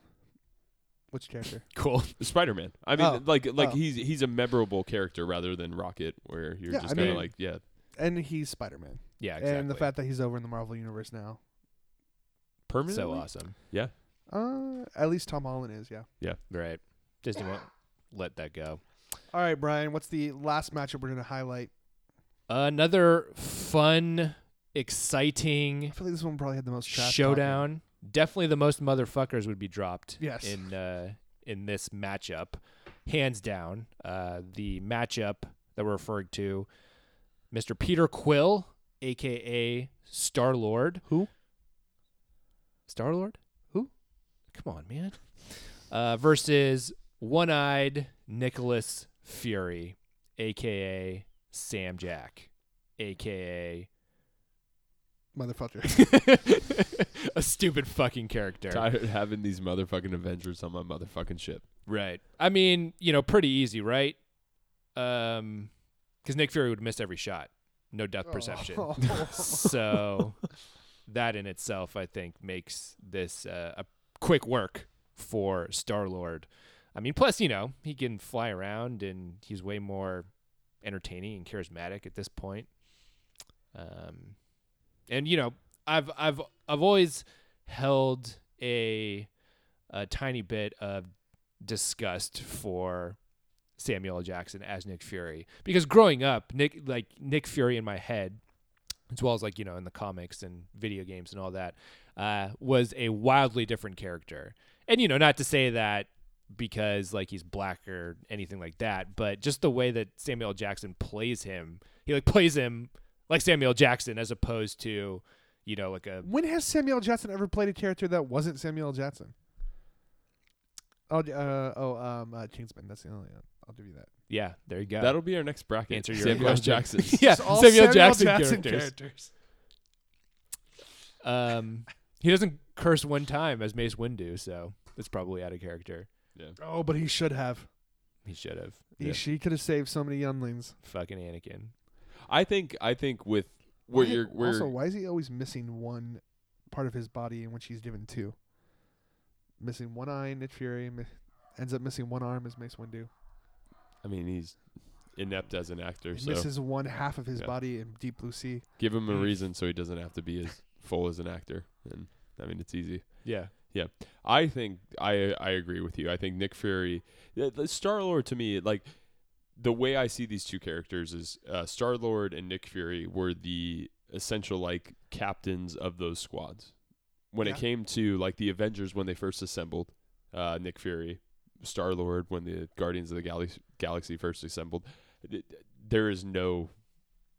[SPEAKER 3] Which character?
[SPEAKER 2] Cool.
[SPEAKER 4] Spider Man. I mean,
[SPEAKER 3] Oh.
[SPEAKER 4] like like
[SPEAKER 3] Oh.
[SPEAKER 4] he's he's a memorable character rather than Rocket, where you're
[SPEAKER 3] Yeah,
[SPEAKER 4] just
[SPEAKER 3] I
[SPEAKER 4] kind of
[SPEAKER 3] mean-
[SPEAKER 4] like, yeah,
[SPEAKER 3] And he's Spider Man.
[SPEAKER 2] Yeah, exactly.
[SPEAKER 3] And the fact that he's over in the Marvel universe now.
[SPEAKER 4] permanent.
[SPEAKER 2] so awesome.
[SPEAKER 3] Uh, at least Tom Holland is. Yeah.
[SPEAKER 2] Right. Disney won't let that go.
[SPEAKER 3] All right, Brian. What's the last matchup we're gonna highlight?
[SPEAKER 2] Another fun, exciting
[SPEAKER 3] I feel like this one probably had the most trash talking.
[SPEAKER 2] showdown. Definitely the most motherfuckers would be dropped
[SPEAKER 3] Yes.
[SPEAKER 2] in uh, in this matchup, hands down. Uh, the matchup that we're referring to, Mr. Peter Quill, aka Star Lord.
[SPEAKER 3] Who?
[SPEAKER 2] Star Lord?
[SPEAKER 3] Who?
[SPEAKER 2] Come on, man. Uh, versus one-eyed Nicholas Fury, aka Sam Jack, aka
[SPEAKER 3] motherfucker.
[SPEAKER 2] a stupid fucking character.
[SPEAKER 4] Tired of having these motherfucking Avengers on my motherfucking ship.
[SPEAKER 2] Right. I mean, you know, pretty easy, right? Um, because Nick Fury would miss every shot, no depth
[SPEAKER 3] Oh.
[SPEAKER 2] perception. so that in itself, I think, makes this uh, a quick work for Star Lord. I mean, plus, you know, he can fly around and he's way more entertaining and charismatic at this point. Um, and you know, I've I've I've always held a a tiny bit of disgust for Samuel L. Jackson as Nick Fury because growing up, Nick like Nick Fury in my head, as well as like you know in the comics and video games and all that, uh, was a wildly different character. And you know, not to say that because like he's black or anything like that, but just the way that Samuel L. Jackson plays him, he like plays him like Samuel L. Jackson as opposed to you know like a
[SPEAKER 3] When has Samuel L. Jackson ever played a character that wasn't Samuel L. Jackson? Oh, d- uh, oh, um, uh, Kingsman. That's the only. One. I'll give you that.
[SPEAKER 2] yeah. There you go.
[SPEAKER 4] That'll be our next bracket.
[SPEAKER 2] Answer your
[SPEAKER 4] Samuel L.
[SPEAKER 2] question.
[SPEAKER 4] Jackson.
[SPEAKER 2] yeah,
[SPEAKER 3] It's all
[SPEAKER 2] Samuel, L. Jackson, characters.
[SPEAKER 3] characters.
[SPEAKER 2] Um, he doesn't curse one time as Mace Windu, so that's probably out of character.
[SPEAKER 3] Oh, but he should have.
[SPEAKER 2] He should have
[SPEAKER 3] He,
[SPEAKER 4] Yeah.
[SPEAKER 3] She could have saved so many younglings.
[SPEAKER 2] fucking Anakin.
[SPEAKER 4] I think I think with where
[SPEAKER 3] Why-
[SPEAKER 4] you're where
[SPEAKER 3] also, why is he always missing one part of his body in which he's given two? Missing one eye in Nick Fury, mi- ends up missing one arm as Mace Windu.
[SPEAKER 4] I mean he's inept as an actor,
[SPEAKER 3] He
[SPEAKER 4] so
[SPEAKER 3] misses one half of his
[SPEAKER 4] Yeah.
[SPEAKER 3] body in Deep Blue Sea.
[SPEAKER 4] give him a
[SPEAKER 2] Mm.
[SPEAKER 4] reason so he doesn't have to be as full as an actor. And I mean it's easy.
[SPEAKER 2] Yeah,
[SPEAKER 4] I think I I agree with you. I think Nick Fury, Star Lord to me, like the way I see these two characters is uh, Star Lord and Nick Fury were the essential like captains of those squads. When
[SPEAKER 3] Yeah.
[SPEAKER 4] it came to like the Avengers when they first assembled, uh, Nick Fury, Star Lord when the Guardians of the Gal- Galaxy first assembled, th- th- there is no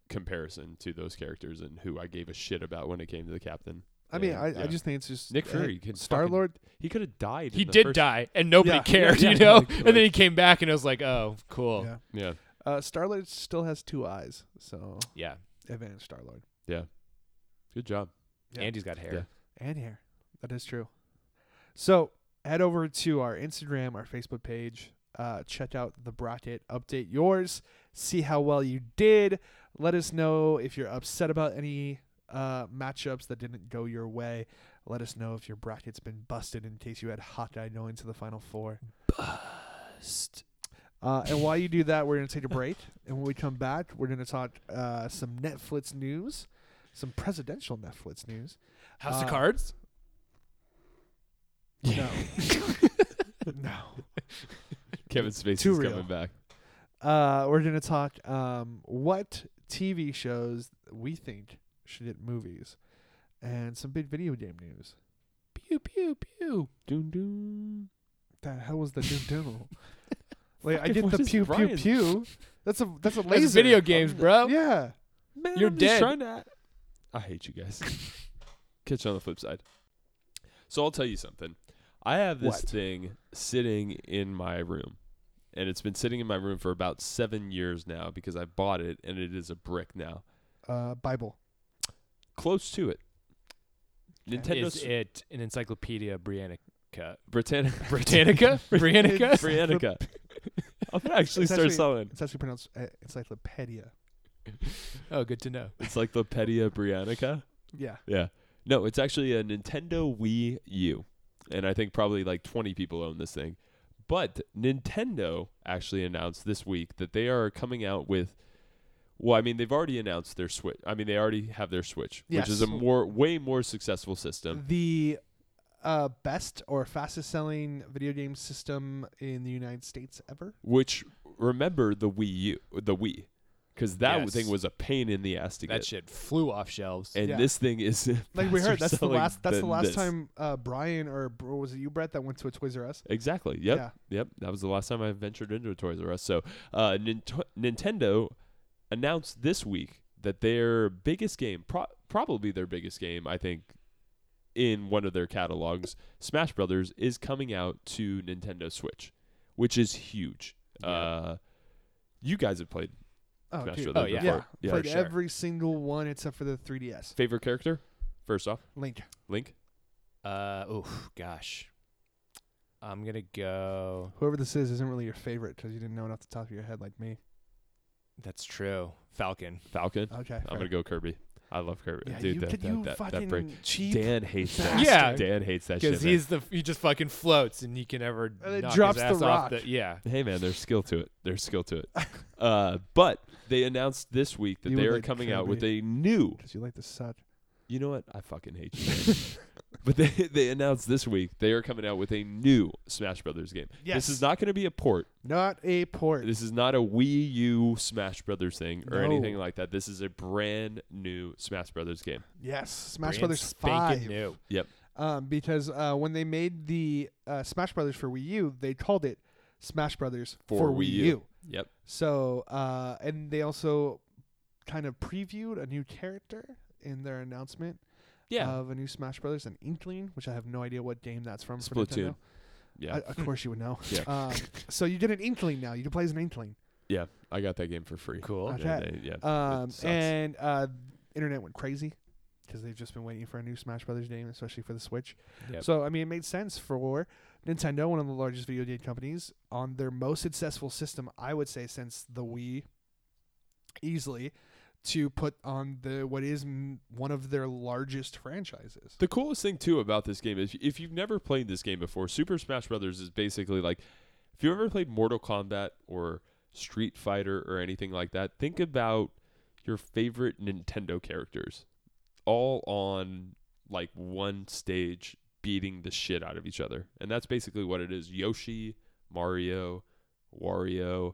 [SPEAKER 4] comparison to those characters and who I gave a shit about when it came to the captain.
[SPEAKER 3] I mean,
[SPEAKER 4] Yeah,
[SPEAKER 3] I, I
[SPEAKER 4] yeah.
[SPEAKER 3] just think it's just
[SPEAKER 4] Nick Fury can
[SPEAKER 3] Star Lord.
[SPEAKER 4] He could have died.
[SPEAKER 2] he
[SPEAKER 4] in the
[SPEAKER 2] did
[SPEAKER 4] first-
[SPEAKER 2] die, and nobody
[SPEAKER 3] Yeah,
[SPEAKER 2] cared,
[SPEAKER 4] yeah,
[SPEAKER 2] you
[SPEAKER 4] yeah,
[SPEAKER 2] know.
[SPEAKER 4] like-
[SPEAKER 2] and then he came back, and it was like, oh, cool. Yeah,
[SPEAKER 3] Yeah.
[SPEAKER 4] Yeah.
[SPEAKER 3] Uh, Star Lord still has two eyes, so advantage Star Lord
[SPEAKER 4] Good job.
[SPEAKER 3] Yeah.
[SPEAKER 2] Andy's got hair.
[SPEAKER 4] Yeah.
[SPEAKER 3] and hair. That is true. So head over to our Instagram, our Facebook page. Uh, check out the bracket. Update yours. See how well you did. Let us know if you're upset about any uh, matchups that didn't go your way. Let us know if your bracket's been busted in case you had Hawkeye going to the final four.
[SPEAKER 2] Bust.
[SPEAKER 3] Uh, and while you do that, we're going to take a break. And when we come back, we're going to talk uh, some Netflix news, some presidential Netflix news.
[SPEAKER 2] House of
[SPEAKER 3] Uh,
[SPEAKER 2] Cards.
[SPEAKER 3] No. no.
[SPEAKER 4] Kevin Spacey's
[SPEAKER 3] Too real.
[SPEAKER 4] coming back.
[SPEAKER 3] Uh, we're going to talk um, what TV shows we think should hit movies and some big video game news.
[SPEAKER 2] Pew pew pew.
[SPEAKER 4] Doom doom.
[SPEAKER 3] The hell was the doom doodle? Like I
[SPEAKER 4] Fucking
[SPEAKER 3] get
[SPEAKER 4] what
[SPEAKER 3] the
[SPEAKER 4] is
[SPEAKER 3] pew pew
[SPEAKER 4] Brian's-
[SPEAKER 3] pew. That's a that's a laser.
[SPEAKER 2] That's video games, bro.
[SPEAKER 3] Yeah.
[SPEAKER 4] Man,
[SPEAKER 2] You're dead.
[SPEAKER 4] to. I hate you guys. Catch you on the flip side. So I'll tell you something. I have this
[SPEAKER 3] What?
[SPEAKER 4] thing sitting in my room, and it's been sitting in my room for about seven years now because I bought it, and it is a brick now.
[SPEAKER 3] Uh, Bible.
[SPEAKER 4] Close to it. Nintendo
[SPEAKER 2] Is it an encyclopedia Briannica?
[SPEAKER 4] Britannica.
[SPEAKER 2] Britannica? Briannica?
[SPEAKER 4] Briannica. I'm gonna actually
[SPEAKER 3] It's
[SPEAKER 4] start
[SPEAKER 3] actually-
[SPEAKER 4] selling.
[SPEAKER 3] It's actually pronounced uh, encyclopedia.
[SPEAKER 2] oh, good to know.
[SPEAKER 4] Encyclopedia Briannica.
[SPEAKER 3] Yeah.
[SPEAKER 4] Yeah. No, it's actually a Nintendo Wii U. and I think probably like 20 people own this thing. But Nintendo actually announced this week that they are coming out with well, I mean, they've already announced their Switch. I mean, they already have their Switch, which is a
[SPEAKER 3] Yes. Mm.
[SPEAKER 4] more way more successful system.
[SPEAKER 3] the uh, best or fastest selling video game system in the United States ever.
[SPEAKER 4] Which remember the Wii U, the Wii, because that
[SPEAKER 2] Yes.
[SPEAKER 4] thing was a pain in the ass to
[SPEAKER 2] That
[SPEAKER 4] get.
[SPEAKER 2] shit flew off shelves.
[SPEAKER 4] and
[SPEAKER 3] Yeah.
[SPEAKER 4] this thing is
[SPEAKER 3] Like we
[SPEAKER 4] faster
[SPEAKER 3] heard, that's the
[SPEAKER 4] selling
[SPEAKER 3] last. That's the
[SPEAKER 4] than
[SPEAKER 3] last
[SPEAKER 4] this.
[SPEAKER 3] time uh, Brian or Br- was it you, Brett, that went to a Toys R Us?
[SPEAKER 4] Exactly. Yep.
[SPEAKER 3] Yeah.
[SPEAKER 4] Yep. That was the last time I ventured into a Toys R Us. So, uh, Nint- Nintendo announced this week that their biggest game, pro- probably their biggest game, I think, in one of their catalogs, Smash Brothers, is coming out to Nintendo Switch, which is huge.
[SPEAKER 2] Yeah.
[SPEAKER 4] Uh, you guys have played
[SPEAKER 3] Oh,
[SPEAKER 4] Smash
[SPEAKER 3] dude.
[SPEAKER 4] Brothers
[SPEAKER 2] Oh, yeah.
[SPEAKER 4] before.
[SPEAKER 3] yeah.
[SPEAKER 4] Yeah.
[SPEAKER 3] Played
[SPEAKER 2] sure.
[SPEAKER 3] every single one except for the 3DS.
[SPEAKER 4] Favorite character? First off,
[SPEAKER 3] Link.
[SPEAKER 4] Link.
[SPEAKER 2] Uh, oh gosh, I'm gonna go.
[SPEAKER 3] Whoever this is isn't really your favorite because you didn't know it off the top of your head like me.
[SPEAKER 2] That's true. Falcon.
[SPEAKER 4] Falcon.
[SPEAKER 3] Okay.
[SPEAKER 4] I'm
[SPEAKER 3] fair.
[SPEAKER 4] gonna go Kirby. I love Kirby.
[SPEAKER 3] Uh, Yeah,
[SPEAKER 4] Dude,
[SPEAKER 3] you
[SPEAKER 4] that,
[SPEAKER 3] could,
[SPEAKER 4] that,
[SPEAKER 3] you
[SPEAKER 4] that, that
[SPEAKER 3] fucking
[SPEAKER 4] break-
[SPEAKER 3] cheap.
[SPEAKER 4] Dan hates that.
[SPEAKER 2] Yeah.
[SPEAKER 4] Dan hates that shit.
[SPEAKER 2] Because
[SPEAKER 4] man.
[SPEAKER 2] he's the he just fucking floats and you can never
[SPEAKER 3] And it
[SPEAKER 2] knock his
[SPEAKER 3] drops the
[SPEAKER 2] ass off
[SPEAKER 3] rock.
[SPEAKER 2] the yeah.
[SPEAKER 4] Hey man, there's skill to it. There's skill to it. Uh, but they announced this week that
[SPEAKER 3] You
[SPEAKER 4] they
[SPEAKER 3] would
[SPEAKER 4] are
[SPEAKER 3] like
[SPEAKER 4] coming out with
[SPEAKER 3] Kirby.
[SPEAKER 4] a new.
[SPEAKER 3] Because you like the suck.
[SPEAKER 4] You know what? I fucking hate you. man. but they they announced this week they are coming out with a new Smash Brothers game.
[SPEAKER 3] Yes.
[SPEAKER 4] This is not going to be a port.
[SPEAKER 3] Not a port.
[SPEAKER 4] This is not a Wii U Smash Brothers thing or
[SPEAKER 3] No.
[SPEAKER 4] anything like that. This is a brand new Smash Brothers game.
[SPEAKER 3] yes. Smash
[SPEAKER 2] Brand
[SPEAKER 3] Brothers
[SPEAKER 2] spanking
[SPEAKER 3] 5.
[SPEAKER 2] new.
[SPEAKER 3] um, because uh, when they made the uh, Smash Brothers for Wii U, they called it Smash Brothers
[SPEAKER 4] For
[SPEAKER 3] for,
[SPEAKER 4] Wii
[SPEAKER 3] Wii
[SPEAKER 4] U.
[SPEAKER 3] U.
[SPEAKER 4] Yep.
[SPEAKER 3] So, uh, and they also kind of previewed a new character in their announcement
[SPEAKER 4] Yeah.
[SPEAKER 3] of a new Smash Brothers, an Inkling, which I have no idea what game that's from. for
[SPEAKER 4] Splatoon.
[SPEAKER 3] Nintendo.
[SPEAKER 4] yeah.
[SPEAKER 3] I- of course you would know.
[SPEAKER 4] Yeah.
[SPEAKER 3] Um, so you get an Inkling now. You can play as an Inkling.
[SPEAKER 4] yeah. I got that game for free.
[SPEAKER 2] Cool.
[SPEAKER 4] Yeah.
[SPEAKER 3] Okay.
[SPEAKER 4] they- yeah.
[SPEAKER 3] Um,
[SPEAKER 4] sucks.
[SPEAKER 3] and uh, internet went crazy because they've just been waiting for a new Smash Brothers game, especially for the Switch.
[SPEAKER 2] Yep.
[SPEAKER 3] So I mean, it made sense for Nintendo, one of the largest video game companies, on their most successful system, I would say, since the Wii, easily, to put on the what is m- one of their largest franchises.
[SPEAKER 4] The coolest thing too about this game is if you've never played this game before, Super Smash Brothers is basically like if you've ever played Mortal Kombat or Street Fighter or anything like that, think about your favorite Nintendo characters all on like one stage beating the shit out of each other. And that's basically what it is. Yoshi, Mario, Wario,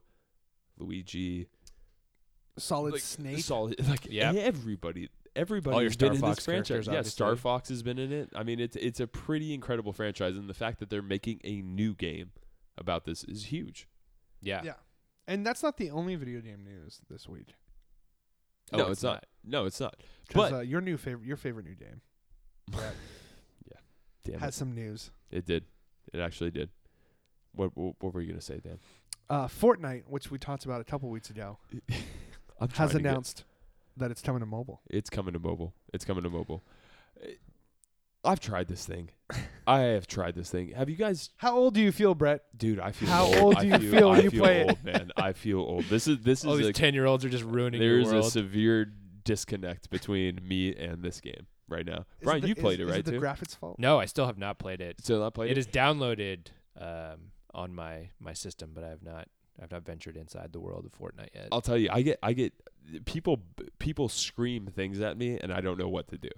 [SPEAKER 4] Luigi,
[SPEAKER 3] Solid
[SPEAKER 4] like,
[SPEAKER 3] Snake.
[SPEAKER 4] Solid, like
[SPEAKER 2] Yep.
[SPEAKER 4] everybody, everybody.
[SPEAKER 2] All your
[SPEAKER 4] has
[SPEAKER 2] Star
[SPEAKER 4] been
[SPEAKER 2] Fox
[SPEAKER 4] in this franchise.
[SPEAKER 2] characters,
[SPEAKER 4] Yeah, Star
[SPEAKER 2] obviously.
[SPEAKER 4] Fox has been in it. I mean, it's it's a pretty incredible franchise, and the fact that they're making a new game about this is huge.
[SPEAKER 2] Yeah.
[SPEAKER 3] Yeah. And that's not the only video game news this week.
[SPEAKER 2] Oh,
[SPEAKER 4] no, it's, not. No, it's not.
[SPEAKER 3] 'Cause,
[SPEAKER 4] But-
[SPEAKER 3] uh, your new favorite, your favorite new game,
[SPEAKER 4] Damn
[SPEAKER 3] has some news.
[SPEAKER 4] it. it did. It actually did. What what, what were you gonna say, Dan?
[SPEAKER 3] Uh, Fortnite, which we talked about a couple weeks ago,
[SPEAKER 4] I'm trying
[SPEAKER 3] has
[SPEAKER 4] to get-
[SPEAKER 3] announced that it's coming to mobile.
[SPEAKER 4] it's coming to mobile. It's coming to mobile. It- I've tried this thing. I have tried this thing. Have you guys
[SPEAKER 3] How old do you feel, Brett?
[SPEAKER 4] dude, I feel
[SPEAKER 3] How
[SPEAKER 4] old,
[SPEAKER 3] old
[SPEAKER 4] I
[SPEAKER 3] do you
[SPEAKER 4] feel,
[SPEAKER 3] feel
[SPEAKER 4] I
[SPEAKER 3] when you
[SPEAKER 4] feel
[SPEAKER 3] play it?
[SPEAKER 4] old, man. I feel old. This is this
[SPEAKER 2] All
[SPEAKER 4] is
[SPEAKER 2] these
[SPEAKER 4] a
[SPEAKER 2] ten year olds are just ruining your
[SPEAKER 4] There's
[SPEAKER 2] world.
[SPEAKER 4] a severe disconnect between me and this game right now.
[SPEAKER 3] Is
[SPEAKER 4] Brian,
[SPEAKER 3] the-
[SPEAKER 4] you played
[SPEAKER 3] is-
[SPEAKER 4] it, right?
[SPEAKER 3] Is it
[SPEAKER 4] too?
[SPEAKER 3] the graphics fault?
[SPEAKER 2] no, I still have not played it.
[SPEAKER 4] Still not played
[SPEAKER 2] It
[SPEAKER 4] it.
[SPEAKER 2] is downloaded um, on my my system, but I have not I've not ventured inside the world of Fortnite yet.
[SPEAKER 4] I'll tell you, I get, I get people, people scream things at me, and I don't know what to do,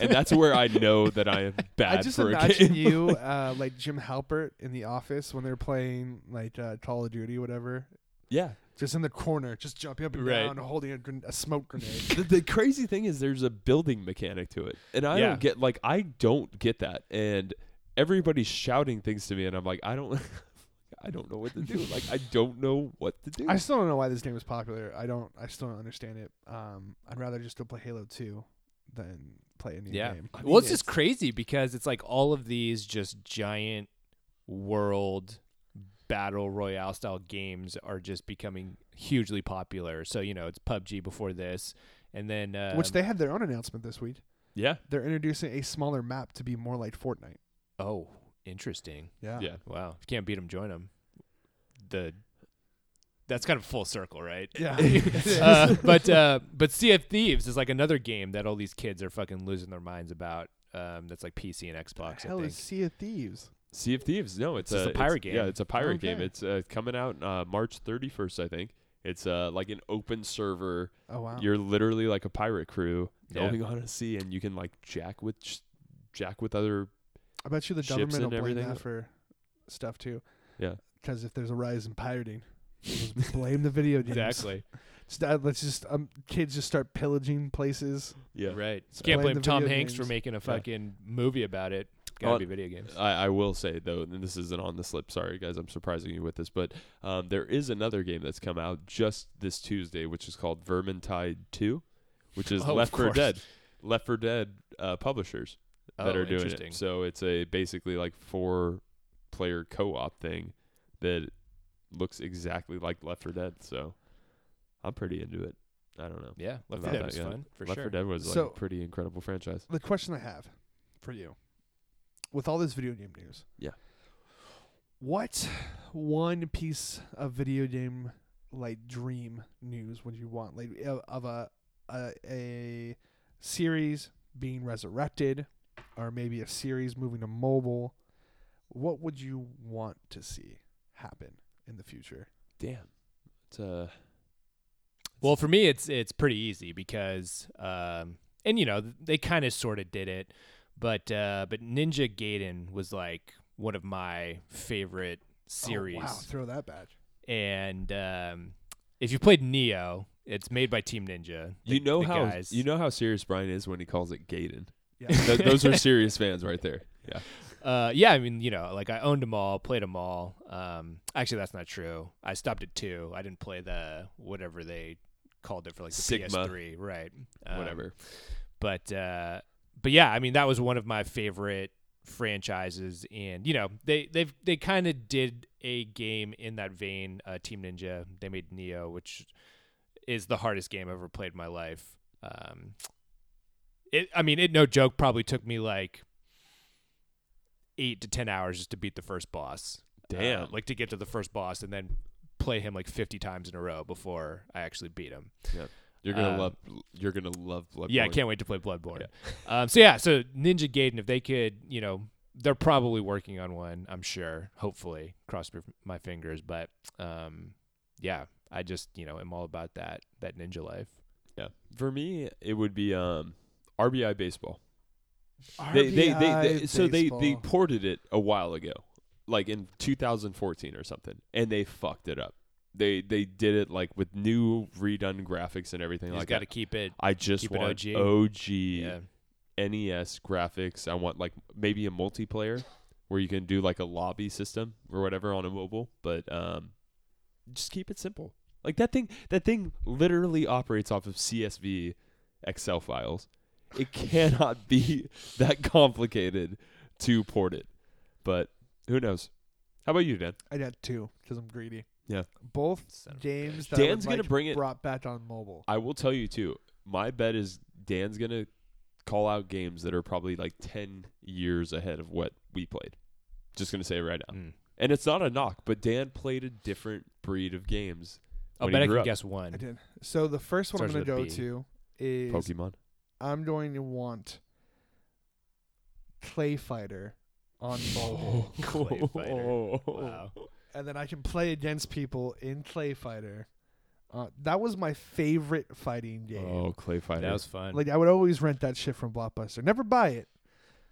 [SPEAKER 4] and that's where I know that I am bad
[SPEAKER 3] I just
[SPEAKER 4] for a
[SPEAKER 3] imagine
[SPEAKER 4] game.
[SPEAKER 3] you uh, like Jim Halpert in the office when they're playing like uh, Call of Duty, whatever.
[SPEAKER 4] yeah.
[SPEAKER 3] Just in the corner, just jumping up and
[SPEAKER 2] Right.
[SPEAKER 3] down, holding a, gren- a smoke grenade.
[SPEAKER 4] The, the crazy thing is, there's a building mechanic to it, and I
[SPEAKER 2] Yeah.
[SPEAKER 4] don't get like I don't get that, and everybody's shouting things to me, and I'm like, I don't, I don't know what to do. Like I don't know what to do.
[SPEAKER 3] I still don't know why this game is popular. I don't. I still don't understand it. Um, I'd rather just go play Halo Two than play a new
[SPEAKER 2] yeah.
[SPEAKER 3] game.
[SPEAKER 4] I
[SPEAKER 2] well,
[SPEAKER 4] mean,
[SPEAKER 2] it's just crazy because it's like all of these just giant world battle royale style games are just becoming hugely popular. So you know, it's PUBG before this, and then um,
[SPEAKER 3] Which they had their own announcement this week.
[SPEAKER 4] yeah,
[SPEAKER 3] They're introducing a smaller map to be more like Fortnite.
[SPEAKER 2] oh interesting.
[SPEAKER 3] Yeah.
[SPEAKER 4] yeah.
[SPEAKER 2] Wow, if you can't beat them, join them. The that's kind of full circle, right?
[SPEAKER 3] Yeah.
[SPEAKER 2] uh, but uh, but Sea of Thieves is like another game that all these kids are fucking losing their minds about. um, that's like PC and Xbox. I
[SPEAKER 3] hell
[SPEAKER 2] think.
[SPEAKER 3] is Sea of Thieves?
[SPEAKER 4] Sea of Thieves. No, it's,
[SPEAKER 2] It's just a pirate game.
[SPEAKER 4] Yeah, it's a pirate game.
[SPEAKER 3] Okay.
[SPEAKER 4] It's uh, coming out uh, March 31st, I think. It's uh, like an open server.
[SPEAKER 3] Oh wow.
[SPEAKER 4] You're literally like a pirate crew
[SPEAKER 2] Yeah.
[SPEAKER 4] going on a sea, and you can like jack with sh- jack with other.
[SPEAKER 3] I bet you the
[SPEAKER 4] ships
[SPEAKER 3] government will
[SPEAKER 4] and
[SPEAKER 3] blame
[SPEAKER 4] everything.
[SPEAKER 3] that for stuff too.
[SPEAKER 4] Yeah.
[SPEAKER 3] Because if there's a rise in pirating, just blame the video games.
[SPEAKER 2] exactly
[SPEAKER 3] Just, uh, let's just um, kids just start pillaging places.
[SPEAKER 4] Yeah,
[SPEAKER 2] right. You
[SPEAKER 3] Blame
[SPEAKER 2] can't blame
[SPEAKER 3] the
[SPEAKER 2] Tom
[SPEAKER 3] video
[SPEAKER 2] Hanks for
[SPEAKER 3] games.
[SPEAKER 2] making a fucking movie about it. Gotta
[SPEAKER 4] Oh,
[SPEAKER 2] be video games.
[SPEAKER 4] I, I will say though, and this isn't on the slip. Sorry, guys, I'm surprising you with this, but um, there is another game that's come out just this Tuesday, which is called Vermintide 2, which is
[SPEAKER 2] Oh, of
[SPEAKER 4] Left 4
[SPEAKER 2] course.
[SPEAKER 4] Dead, Left 4 Dead uh, publishers that
[SPEAKER 2] Oh,
[SPEAKER 4] are doing
[SPEAKER 2] interesting.
[SPEAKER 4] it. So it's a basically like four-player co-op thing that looks exactly like Left 4 Dead. So I'm pretty into it. I don't know.
[SPEAKER 2] yeah, Left 4
[SPEAKER 4] About
[SPEAKER 2] Dead
[SPEAKER 4] that,
[SPEAKER 2] was
[SPEAKER 4] yeah.
[SPEAKER 2] fun for
[SPEAKER 4] Left 4
[SPEAKER 2] sure.
[SPEAKER 4] Dead was like
[SPEAKER 3] So-
[SPEAKER 4] a pretty incredible franchise.
[SPEAKER 3] The question I have for you, with all this video game news,
[SPEAKER 4] Yeah.
[SPEAKER 3] what one piece of video game like dream news would you want, like of, of a, a a series being resurrected, or maybe a series moving to mobile? What would you want to see happen in the future?
[SPEAKER 4] Damn. It's uh
[SPEAKER 2] Well, for me, it's it's pretty easy because, um, and you know, th- they kind of sort of did it, but uh, but Ninja Gaiden was like one of my favorite
[SPEAKER 3] Oh,
[SPEAKER 2] series,
[SPEAKER 3] wow, throw that back.
[SPEAKER 2] and um, if you played Neo, it's made by Team Ninja. the-
[SPEAKER 4] you know
[SPEAKER 2] the
[SPEAKER 4] how
[SPEAKER 2] guys.
[SPEAKER 4] you know how serious Brian is when he calls it Gaiden.
[SPEAKER 3] Yeah.
[SPEAKER 4] Th- those are serious fans right there. Yeah.
[SPEAKER 2] Uh, yeah, I mean, you know, like I owned them all, played them all. Um, actually, that's not true. I stopped at two. I didn't play the whatever they called it for like the
[SPEAKER 4] Sigma.
[SPEAKER 2] PS3, right? Um,
[SPEAKER 4] Whatever.
[SPEAKER 2] But uh, but yeah, I mean, that was one of my favorite franchises, and you know, they they've they kind of did a game in that vein. Uh, Team Ninja, they made Neo, which is the hardest game I've ever played in my life. Um, it, I mean, it no joke probably took me like eight to ten hours just to beat the first boss. Uh,
[SPEAKER 4] Damn.
[SPEAKER 2] like to get to the first boss and then play him like fifty times in a row before I actually beat him.
[SPEAKER 4] You're gonna
[SPEAKER 2] um,
[SPEAKER 4] love you're gonna love Bloodborne.
[SPEAKER 2] Yeah, I can't wait to play Bloodborne. Um, so yeah, so Ninja Gaiden, if they could, you know, they're probably working on one. I'm sure, hopefully, cross my- my fingers. But um, yeah, I just you know am all about that that ninja life.
[SPEAKER 4] Yeah. For me, it would be um RBI baseball. They, they, they, they so they, they
[SPEAKER 3] baseball.
[SPEAKER 4] ported it a while ago, like in 2014 or something, and they fucked it up. They they did it like with new redone graphics and everything
[SPEAKER 2] You
[SPEAKER 4] like
[SPEAKER 2] just got to
[SPEAKER 4] that.
[SPEAKER 2] keep it.
[SPEAKER 4] I just
[SPEAKER 2] keep it
[SPEAKER 4] want
[SPEAKER 2] OG.
[SPEAKER 4] OG
[SPEAKER 2] Yeah.
[SPEAKER 4] NES E graphics. I want like maybe a multiplayer where you can do like a lobby system or whatever on a mobile, but um, just keep it simple. Like that thing, that thing literally operates off of CSV Excel files. It cannot be that complicated to port it, but who knows? How about you, Dan?
[SPEAKER 3] I got two because I'm greedy.
[SPEAKER 4] Yeah.
[SPEAKER 3] Both
[SPEAKER 2] Son of a
[SPEAKER 3] games
[SPEAKER 2] bitch.
[SPEAKER 3] that I would
[SPEAKER 4] Dan's gonna
[SPEAKER 3] like
[SPEAKER 4] bring it-
[SPEAKER 3] brought back on mobile.
[SPEAKER 4] I will tell you too. My bet is Dan's gonna call out games that are probably like ten years ahead of what we played. Just gonna say it right now.
[SPEAKER 2] Mm.
[SPEAKER 4] And it's not a knock, but Dan played a different breed of games.
[SPEAKER 2] I'll
[SPEAKER 4] when
[SPEAKER 2] bet
[SPEAKER 4] he
[SPEAKER 2] Oh, I
[SPEAKER 4] grew
[SPEAKER 2] can
[SPEAKER 4] up.
[SPEAKER 2] guess
[SPEAKER 3] I
[SPEAKER 2] one.
[SPEAKER 3] did. So the first one
[SPEAKER 2] Starts
[SPEAKER 3] I'm
[SPEAKER 2] with a
[SPEAKER 3] going
[SPEAKER 2] B.
[SPEAKER 3] to go to is
[SPEAKER 4] Pokemon.
[SPEAKER 3] I'm going to want Clay Fighter on mobile,
[SPEAKER 2] Clay Fighter. Wow.
[SPEAKER 3] and then I can play against people in Clay Fighter. Uh, that was my favorite fighting game.
[SPEAKER 4] Oh, Clay Fighter.
[SPEAKER 2] That was fun.
[SPEAKER 3] Like I would always rent that shit from Blockbuster. Never buy it,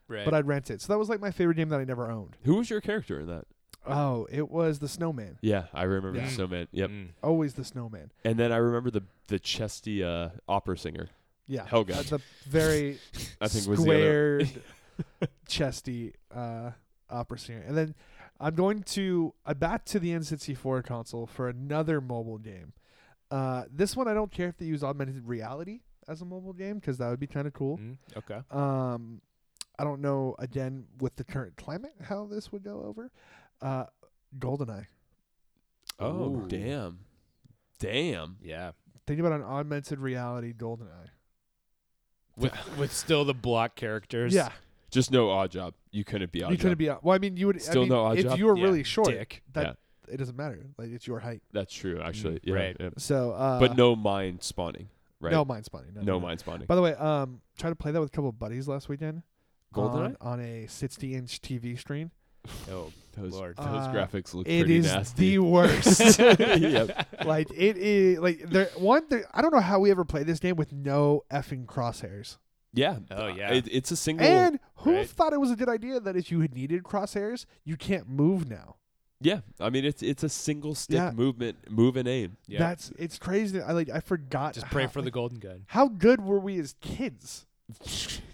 [SPEAKER 2] right.
[SPEAKER 3] but I'd rent it. So that was like my favorite game that I never owned.
[SPEAKER 4] Who was your character in that?
[SPEAKER 3] Oh, it was the Snowman.
[SPEAKER 4] Yeah, I remember
[SPEAKER 2] Yeah.
[SPEAKER 4] the snowman. Yep.
[SPEAKER 2] Mm.
[SPEAKER 3] Always the Snowman.
[SPEAKER 4] And then I remember the the chesty uh, opera singer.
[SPEAKER 3] Yeah.
[SPEAKER 4] Helga.
[SPEAKER 3] Uh, the very
[SPEAKER 4] I think was the other.
[SPEAKER 3] squared, chesty uh, opera singer. And then I'm going to uh, back to the N64 console for another mobile game. Uh, this one I don't care if they use augmented reality as a mobile game because that would be kind of cool.
[SPEAKER 2] Mm. Okay.
[SPEAKER 4] Mm-hmm.
[SPEAKER 3] Um, I don't know again with the current climate how this would go over. Uh, Goldeneye.
[SPEAKER 4] Oh,
[SPEAKER 2] Ooh.
[SPEAKER 4] damn. Damn.
[SPEAKER 2] Yeah.
[SPEAKER 3] Think about an augmented reality Goldeneye.
[SPEAKER 2] With, with still the block characters.
[SPEAKER 3] yeah,
[SPEAKER 4] Just no odd job. You couldn't be odd
[SPEAKER 3] you couldn't
[SPEAKER 4] job.
[SPEAKER 3] be. uh, Well, I mean, you would I
[SPEAKER 4] Still
[SPEAKER 3] mean,
[SPEAKER 4] no odd
[SPEAKER 3] if
[SPEAKER 4] job?
[SPEAKER 3] you were
[SPEAKER 2] Yeah,
[SPEAKER 3] really short.
[SPEAKER 2] dick.
[SPEAKER 3] That it doesn't matter. Like it's your height.
[SPEAKER 4] That's true, actually.
[SPEAKER 2] Mm,
[SPEAKER 4] Yeah,
[SPEAKER 2] right.
[SPEAKER 4] yeah.
[SPEAKER 3] So, uh,
[SPEAKER 4] but no mind spawning, right?
[SPEAKER 3] no mind spawning.
[SPEAKER 4] no mind spawning.
[SPEAKER 3] By the way, um, tried to play that with a couple of buddies last weekend.
[SPEAKER 4] Goldeneye?
[SPEAKER 3] on, on a 60 inch TV screen.
[SPEAKER 2] Oh,
[SPEAKER 4] Those,
[SPEAKER 2] Lord.
[SPEAKER 4] those
[SPEAKER 3] Uh,
[SPEAKER 4] graphics look
[SPEAKER 3] It
[SPEAKER 4] pretty
[SPEAKER 3] is
[SPEAKER 4] nasty.
[SPEAKER 3] the worst.
[SPEAKER 4] yep.
[SPEAKER 3] like it is like there one. There, I don't know how we ever played this game with no effing crosshairs.
[SPEAKER 4] Yeah.
[SPEAKER 2] Oh,
[SPEAKER 4] Uh,
[SPEAKER 2] yeah.
[SPEAKER 4] It, it's a single.
[SPEAKER 3] And who
[SPEAKER 2] right.
[SPEAKER 3] thought it was a good idea that if you had needed crosshairs, you can't move now.
[SPEAKER 4] yeah. I mean, it's it's a single stick
[SPEAKER 3] Yeah.
[SPEAKER 4] movement, move and aim.
[SPEAKER 2] yeah.
[SPEAKER 3] That's it's crazy. that I like I forgot.
[SPEAKER 2] just pray
[SPEAKER 3] how-
[SPEAKER 2] for the golden gun.
[SPEAKER 3] How good were we as kids?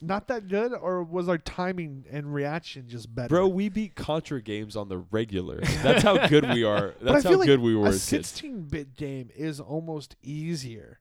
[SPEAKER 3] Not that good, or was our timing and reaction just better?
[SPEAKER 4] Bro, we beat Contra games on the regular. That's how good we are.
[SPEAKER 3] but I
[SPEAKER 4] That's
[SPEAKER 3] feel
[SPEAKER 4] how
[SPEAKER 3] like
[SPEAKER 4] good we were
[SPEAKER 3] a
[SPEAKER 4] as kids.
[SPEAKER 3] 16-bit game is almost easier,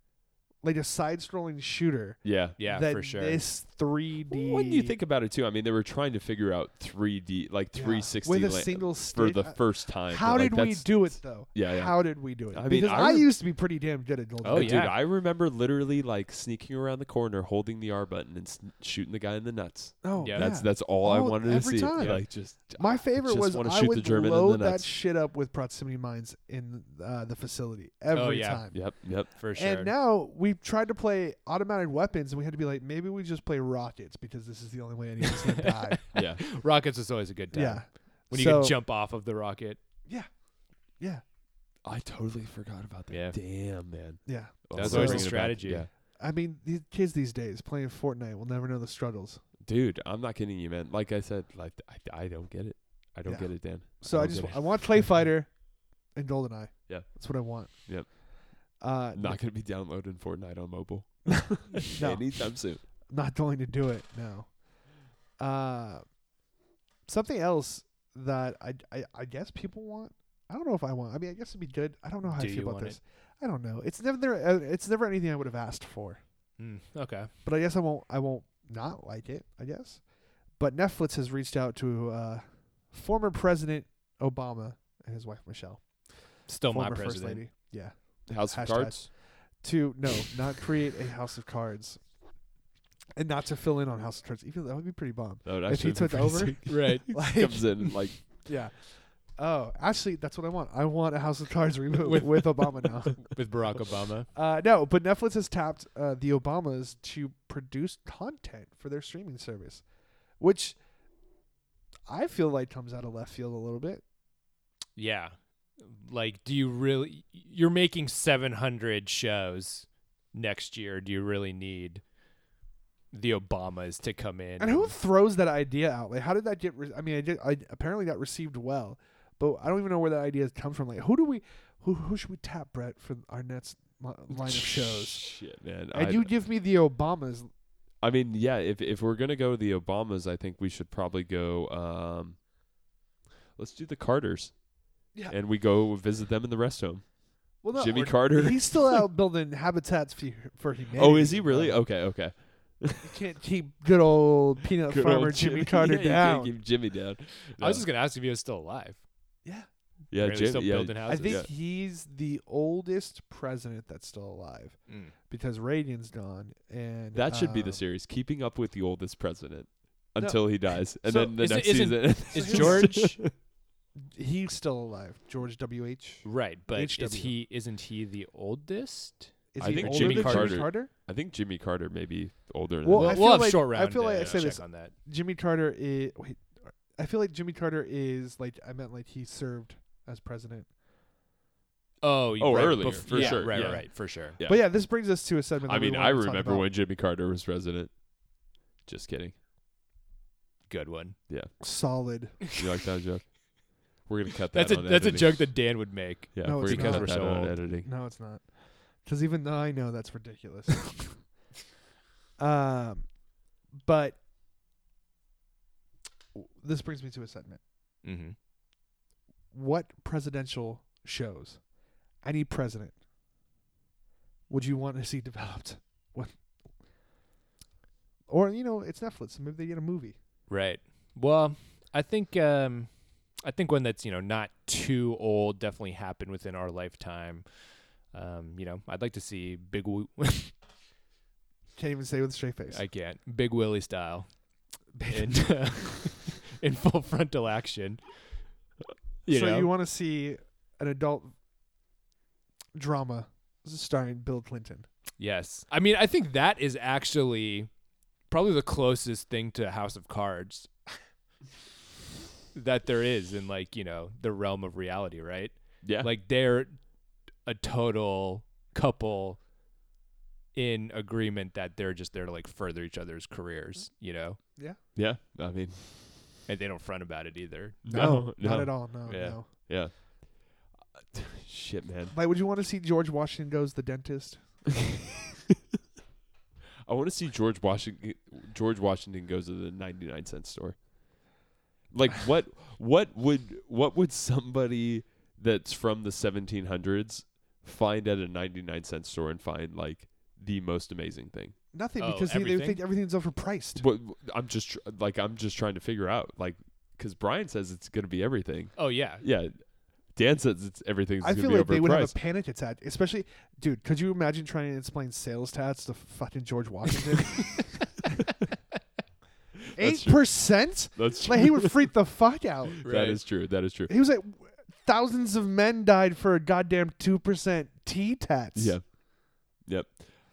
[SPEAKER 3] like a side-scrolling shooter.
[SPEAKER 4] Yeah.
[SPEAKER 2] Yeah,
[SPEAKER 3] than
[SPEAKER 2] for sure.
[SPEAKER 3] This 3D.
[SPEAKER 4] When you think about it too, I mean, they were trying to figure out 3D, like
[SPEAKER 3] Yeah.
[SPEAKER 4] 360
[SPEAKER 3] with a
[SPEAKER 4] la-
[SPEAKER 3] single
[SPEAKER 4] for
[SPEAKER 3] stick. uh,
[SPEAKER 4] the first time.
[SPEAKER 3] How
[SPEAKER 4] Like,
[SPEAKER 3] did we
[SPEAKER 4] that's-
[SPEAKER 3] do it though?
[SPEAKER 4] Yeah, yeah.
[SPEAKER 3] How did we do it?
[SPEAKER 4] I mean,
[SPEAKER 3] because
[SPEAKER 4] I
[SPEAKER 3] I,
[SPEAKER 4] rem-
[SPEAKER 3] used to be pretty damn good at Goldeneye.
[SPEAKER 2] Oh,
[SPEAKER 4] dude,
[SPEAKER 2] yeah.
[SPEAKER 4] I remember literally like sneaking around the corner, holding the R button, and s- shooting the guy in the nuts.
[SPEAKER 3] Oh,
[SPEAKER 2] Yeah.
[SPEAKER 3] yeah.
[SPEAKER 4] That's that's all I
[SPEAKER 3] Oh,
[SPEAKER 4] wanted to
[SPEAKER 3] every
[SPEAKER 4] see.
[SPEAKER 3] time.
[SPEAKER 4] Like just
[SPEAKER 3] My favorite
[SPEAKER 4] just
[SPEAKER 3] was
[SPEAKER 4] wanna
[SPEAKER 3] I
[SPEAKER 4] shoot the
[SPEAKER 3] would
[SPEAKER 4] German in the
[SPEAKER 3] load that
[SPEAKER 4] nuts.
[SPEAKER 3] shit up with proximity mines in uh, the facility
[SPEAKER 4] Oh,
[SPEAKER 3] every
[SPEAKER 2] yeah.
[SPEAKER 3] time.
[SPEAKER 4] yep, yep.
[SPEAKER 2] For sure.
[SPEAKER 3] And now we tried to play automatic weapons, and we had to be like, maybe we just play rockets because this is the only way any of us can die.
[SPEAKER 4] Yeah.
[SPEAKER 2] Rockets is always a good time.
[SPEAKER 3] yeah,
[SPEAKER 2] When you
[SPEAKER 3] so,
[SPEAKER 2] can jump off of the rocket.
[SPEAKER 3] yeah,
[SPEAKER 4] I totally forgot about that.
[SPEAKER 2] Yeah.
[SPEAKER 4] Damn, man.
[SPEAKER 3] yeah.
[SPEAKER 4] Oh,
[SPEAKER 2] That's
[SPEAKER 3] always
[SPEAKER 4] we're
[SPEAKER 3] the
[SPEAKER 4] bringing it back.
[SPEAKER 2] strategy.
[SPEAKER 4] Yeah.
[SPEAKER 3] I mean, these kids these days playing Fortnite will never know the struggles.
[SPEAKER 4] Dude, I'm not kidding you, man. Like I said, like I, I don't get it. I don't
[SPEAKER 3] Yeah.
[SPEAKER 4] get it, Dan.
[SPEAKER 3] So I
[SPEAKER 4] don't
[SPEAKER 3] just
[SPEAKER 4] get it.
[SPEAKER 3] I want Clay Fighter and Goldeneye.
[SPEAKER 4] Yeah.
[SPEAKER 3] that's what I want.
[SPEAKER 4] Yep.
[SPEAKER 3] Uh,
[SPEAKER 4] I'm not gonna be downloading Fortnite on mobile
[SPEAKER 3] no,
[SPEAKER 4] anytime soon.
[SPEAKER 3] not going to do it. No. Uh, something else that I, I I guess people want. I don't know if I want. I mean, I guess it'd be good. I don't know how
[SPEAKER 2] Do
[SPEAKER 3] I
[SPEAKER 2] you
[SPEAKER 3] feel about
[SPEAKER 2] want
[SPEAKER 3] this. I don't know. It's never uh, it's never anything I would have asked for.
[SPEAKER 2] Mm, okay.
[SPEAKER 3] But I guess I won't I won't not like it. I guess. But Netflix has reached out to uh, former President Obama and his wife Michelle,
[SPEAKER 2] Still
[SPEAKER 3] former
[SPEAKER 2] my
[SPEAKER 3] First
[SPEAKER 2] president.
[SPEAKER 3] Lady. Yeah.
[SPEAKER 4] House of
[SPEAKER 3] Hashtag.
[SPEAKER 4] Cards.
[SPEAKER 3] to no, not create a House of Cards, and not to fill in on House of Cards. Even though that would be pretty bomb.
[SPEAKER 4] That would
[SPEAKER 3] If he
[SPEAKER 4] actually be
[SPEAKER 3] took
[SPEAKER 4] pretty
[SPEAKER 3] over?
[SPEAKER 4] sick.
[SPEAKER 2] Right.
[SPEAKER 4] He
[SPEAKER 3] Like-
[SPEAKER 4] comes in and, like
[SPEAKER 3] Yeah. Oh, actually, that's what I want. I want a House of Cards reboot with, with Obama now.
[SPEAKER 2] With Barack Obama.
[SPEAKER 3] Uh, no, but Netflix has tapped uh, the Obamas to produce content for their streaming service, which I feel like comes out of left field a little bit.
[SPEAKER 2] Yeah. Like, do you really? You're making 700 shows next year. Do you really need the Obamas to come in?
[SPEAKER 3] And who throws that idea out? Like, how did that get? Re- I mean, I, did, I apparently that received well, but I don't even know where that idea comes from. Like, who do we, who who should we tap, Brett, for our next li- line of shows?
[SPEAKER 4] Shit, man.
[SPEAKER 3] And
[SPEAKER 4] I,
[SPEAKER 3] you give me the Obamas.
[SPEAKER 4] I mean, yeah. If if we're gonna go the Obamas, I think we should probably go. Um, let's do the Carters.
[SPEAKER 3] Yeah.
[SPEAKER 4] And we go visit them in the rest home.
[SPEAKER 3] Well, no,
[SPEAKER 4] Jimmy
[SPEAKER 3] or-
[SPEAKER 4] Carter.
[SPEAKER 3] He's still out building habitats for, for humanity.
[SPEAKER 4] oh, is he really?
[SPEAKER 3] bro.
[SPEAKER 4] Okay, okay.
[SPEAKER 3] You can't keep good old peanut
[SPEAKER 4] Good old
[SPEAKER 3] farmer Jimmy, Carter
[SPEAKER 4] Yeah, you
[SPEAKER 3] down.
[SPEAKER 4] can't keep Jimmy down.
[SPEAKER 2] I was just gonna ask if he was still alive.
[SPEAKER 3] yeah,
[SPEAKER 4] yeah,
[SPEAKER 2] Really
[SPEAKER 4] Jim-
[SPEAKER 2] still
[SPEAKER 4] yeah,
[SPEAKER 2] building
[SPEAKER 3] I
[SPEAKER 2] houses.
[SPEAKER 3] think he's the oldest president that's still alive
[SPEAKER 2] Mm.
[SPEAKER 3] because Reagan's gone, and
[SPEAKER 4] That should be
[SPEAKER 3] um,
[SPEAKER 4] the series. Keeping up with the oldest president until he dies, and
[SPEAKER 3] So
[SPEAKER 4] then the
[SPEAKER 2] is it-
[SPEAKER 4] next
[SPEAKER 2] isn't-
[SPEAKER 4] season.
[SPEAKER 2] Is George
[SPEAKER 3] He's still alive, George W. H.
[SPEAKER 2] right? But is
[SPEAKER 3] HW.
[SPEAKER 2] he? Isn't he the oldest?
[SPEAKER 3] Is
[SPEAKER 4] I
[SPEAKER 3] he
[SPEAKER 4] think
[SPEAKER 3] older
[SPEAKER 2] Jimmy
[SPEAKER 3] than
[SPEAKER 2] Carter-
[SPEAKER 3] Jimmy Carter?
[SPEAKER 4] I think Jimmy Carter may be older.
[SPEAKER 3] Well,
[SPEAKER 4] than
[SPEAKER 2] we'll
[SPEAKER 3] I
[SPEAKER 4] that.
[SPEAKER 3] feel
[SPEAKER 2] we'll have
[SPEAKER 3] like-
[SPEAKER 2] short round.
[SPEAKER 3] I feel
[SPEAKER 2] to
[SPEAKER 3] like I say
[SPEAKER 2] check
[SPEAKER 3] this-
[SPEAKER 2] on that.
[SPEAKER 3] Jimmy Carter is. Wait, I feel like Jimmy Carter is like I meant like he served as president.
[SPEAKER 2] Oh, you-
[SPEAKER 4] Oh,
[SPEAKER 2] right,
[SPEAKER 4] earlier, for
[SPEAKER 2] yeah,
[SPEAKER 4] sure,
[SPEAKER 2] Right,
[SPEAKER 4] yeah.
[SPEAKER 2] right, right, for sure.
[SPEAKER 4] Yeah.
[SPEAKER 3] But yeah, this brings us to a segment.
[SPEAKER 4] I
[SPEAKER 3] that we
[SPEAKER 4] mean, I
[SPEAKER 3] wanted to talk
[SPEAKER 4] remember
[SPEAKER 3] about.
[SPEAKER 4] when Jimmy Carter was president. Just kidding.
[SPEAKER 2] Good one.
[SPEAKER 3] solid.
[SPEAKER 4] You like that joke? We're gonna cut that.
[SPEAKER 2] That's a
[SPEAKER 4] on
[SPEAKER 2] that's a
[SPEAKER 4] editing.
[SPEAKER 2] joke that Dan would make.
[SPEAKER 4] Yeah,
[SPEAKER 3] No,
[SPEAKER 4] we're
[SPEAKER 3] it's
[SPEAKER 4] gonna cut
[SPEAKER 2] not.
[SPEAKER 4] that out on
[SPEAKER 2] Because we're
[SPEAKER 4] editing.
[SPEAKER 3] No, it's not. Because even though I know that's ridiculous. um, but w- this brings me to a segment.
[SPEAKER 2] Mm-hmm.
[SPEAKER 3] What presidential shows, any president, would you want to see developed? What? Or you know, it's Netflix. So maybe they get a movie.
[SPEAKER 2] Right. Well, I think um, I think one that's you know not too old definitely happened within our lifetime. Um, you know, I'd like to see Big. Wi-
[SPEAKER 3] Can't even say with a straight face.
[SPEAKER 2] I can't Big Willie style in uh, in full frontal action. You
[SPEAKER 3] so
[SPEAKER 2] know,
[SPEAKER 3] you want to see an adult drama starring Bill Clinton?
[SPEAKER 2] yes. I mean, I think that is actually probably the closest thing to House of Cards that there is in like you know the realm of reality, right?
[SPEAKER 4] Yeah.
[SPEAKER 2] Like they're a total couple in agreement that they're just there to like further each other's careers, you know,
[SPEAKER 4] yeah. I mean,
[SPEAKER 2] and they don't front about it either.
[SPEAKER 4] no, no.
[SPEAKER 3] not at all. No,
[SPEAKER 4] Yeah.
[SPEAKER 3] no.
[SPEAKER 4] Yeah. Shit, man.
[SPEAKER 3] Like, would you want to see George Washington goes the dentist?
[SPEAKER 4] I want to see George Washington. George Washington goes to the ninety-nine cent store. Like what? What would what would somebody that's from the seventeen hundreds find at a ninety-nine cent store and find like the most amazing thing?
[SPEAKER 3] Nothing,
[SPEAKER 2] Oh,
[SPEAKER 3] because he, they would
[SPEAKER 2] everything?
[SPEAKER 3] think everything's overpriced.
[SPEAKER 4] What I'm just tr- like I'm just trying to figure out like because Brian says it's going to be everything.
[SPEAKER 2] Oh yeah.
[SPEAKER 4] Yeah, Dan says it's everything's
[SPEAKER 3] I
[SPEAKER 4] going to
[SPEAKER 3] feel
[SPEAKER 4] be
[SPEAKER 3] like they would have a
[SPEAKER 4] overpriced.
[SPEAKER 3] panic attack, especially, dude. Could you imagine trying to explain sales tax to fucking George Washington? Eight
[SPEAKER 4] That's true.
[SPEAKER 3] percent?
[SPEAKER 4] That's true.
[SPEAKER 3] Like he would freak the fuck out.
[SPEAKER 4] That is true. That is true.
[SPEAKER 3] He was like, thousands of men died for a goddamn two percent tea tax.
[SPEAKER 4] Yeah. Yep.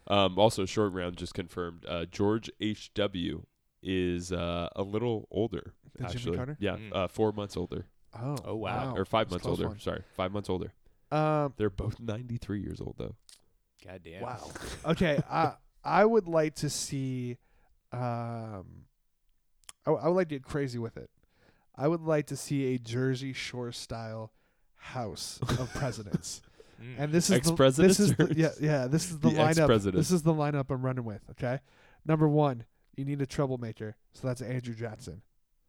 [SPEAKER 4] Um, also, short round just confirmed. Uh, George H. W. is uh, a little older.
[SPEAKER 3] Than Jimmy
[SPEAKER 4] actually,
[SPEAKER 3] Carter?
[SPEAKER 4] yeah,
[SPEAKER 2] Mm.
[SPEAKER 4] uh, four months older,
[SPEAKER 3] Oh.
[SPEAKER 2] Oh, wow.
[SPEAKER 4] or five
[SPEAKER 3] That's a
[SPEAKER 4] months
[SPEAKER 3] close
[SPEAKER 4] older.
[SPEAKER 3] one.
[SPEAKER 4] Sorry, five months older.
[SPEAKER 3] Um.
[SPEAKER 4] They're both ninety-three years old though.
[SPEAKER 2] God damn.
[SPEAKER 3] Wow. Okay. I I would like to see. Um. I, I would like to get crazy with it. I would like to see a Jersey Shore style house of presidents.
[SPEAKER 2] Mm.
[SPEAKER 3] And this is the,
[SPEAKER 4] Ex-presidents
[SPEAKER 3] this is the,
[SPEAKER 4] or-
[SPEAKER 3] yeah yeah this is the,
[SPEAKER 4] The
[SPEAKER 3] lineup.
[SPEAKER 4] ex-presidents.
[SPEAKER 3] This is the lineup I'm running with. Okay, number one, you need a troublemaker, so that's Andrew Jackson.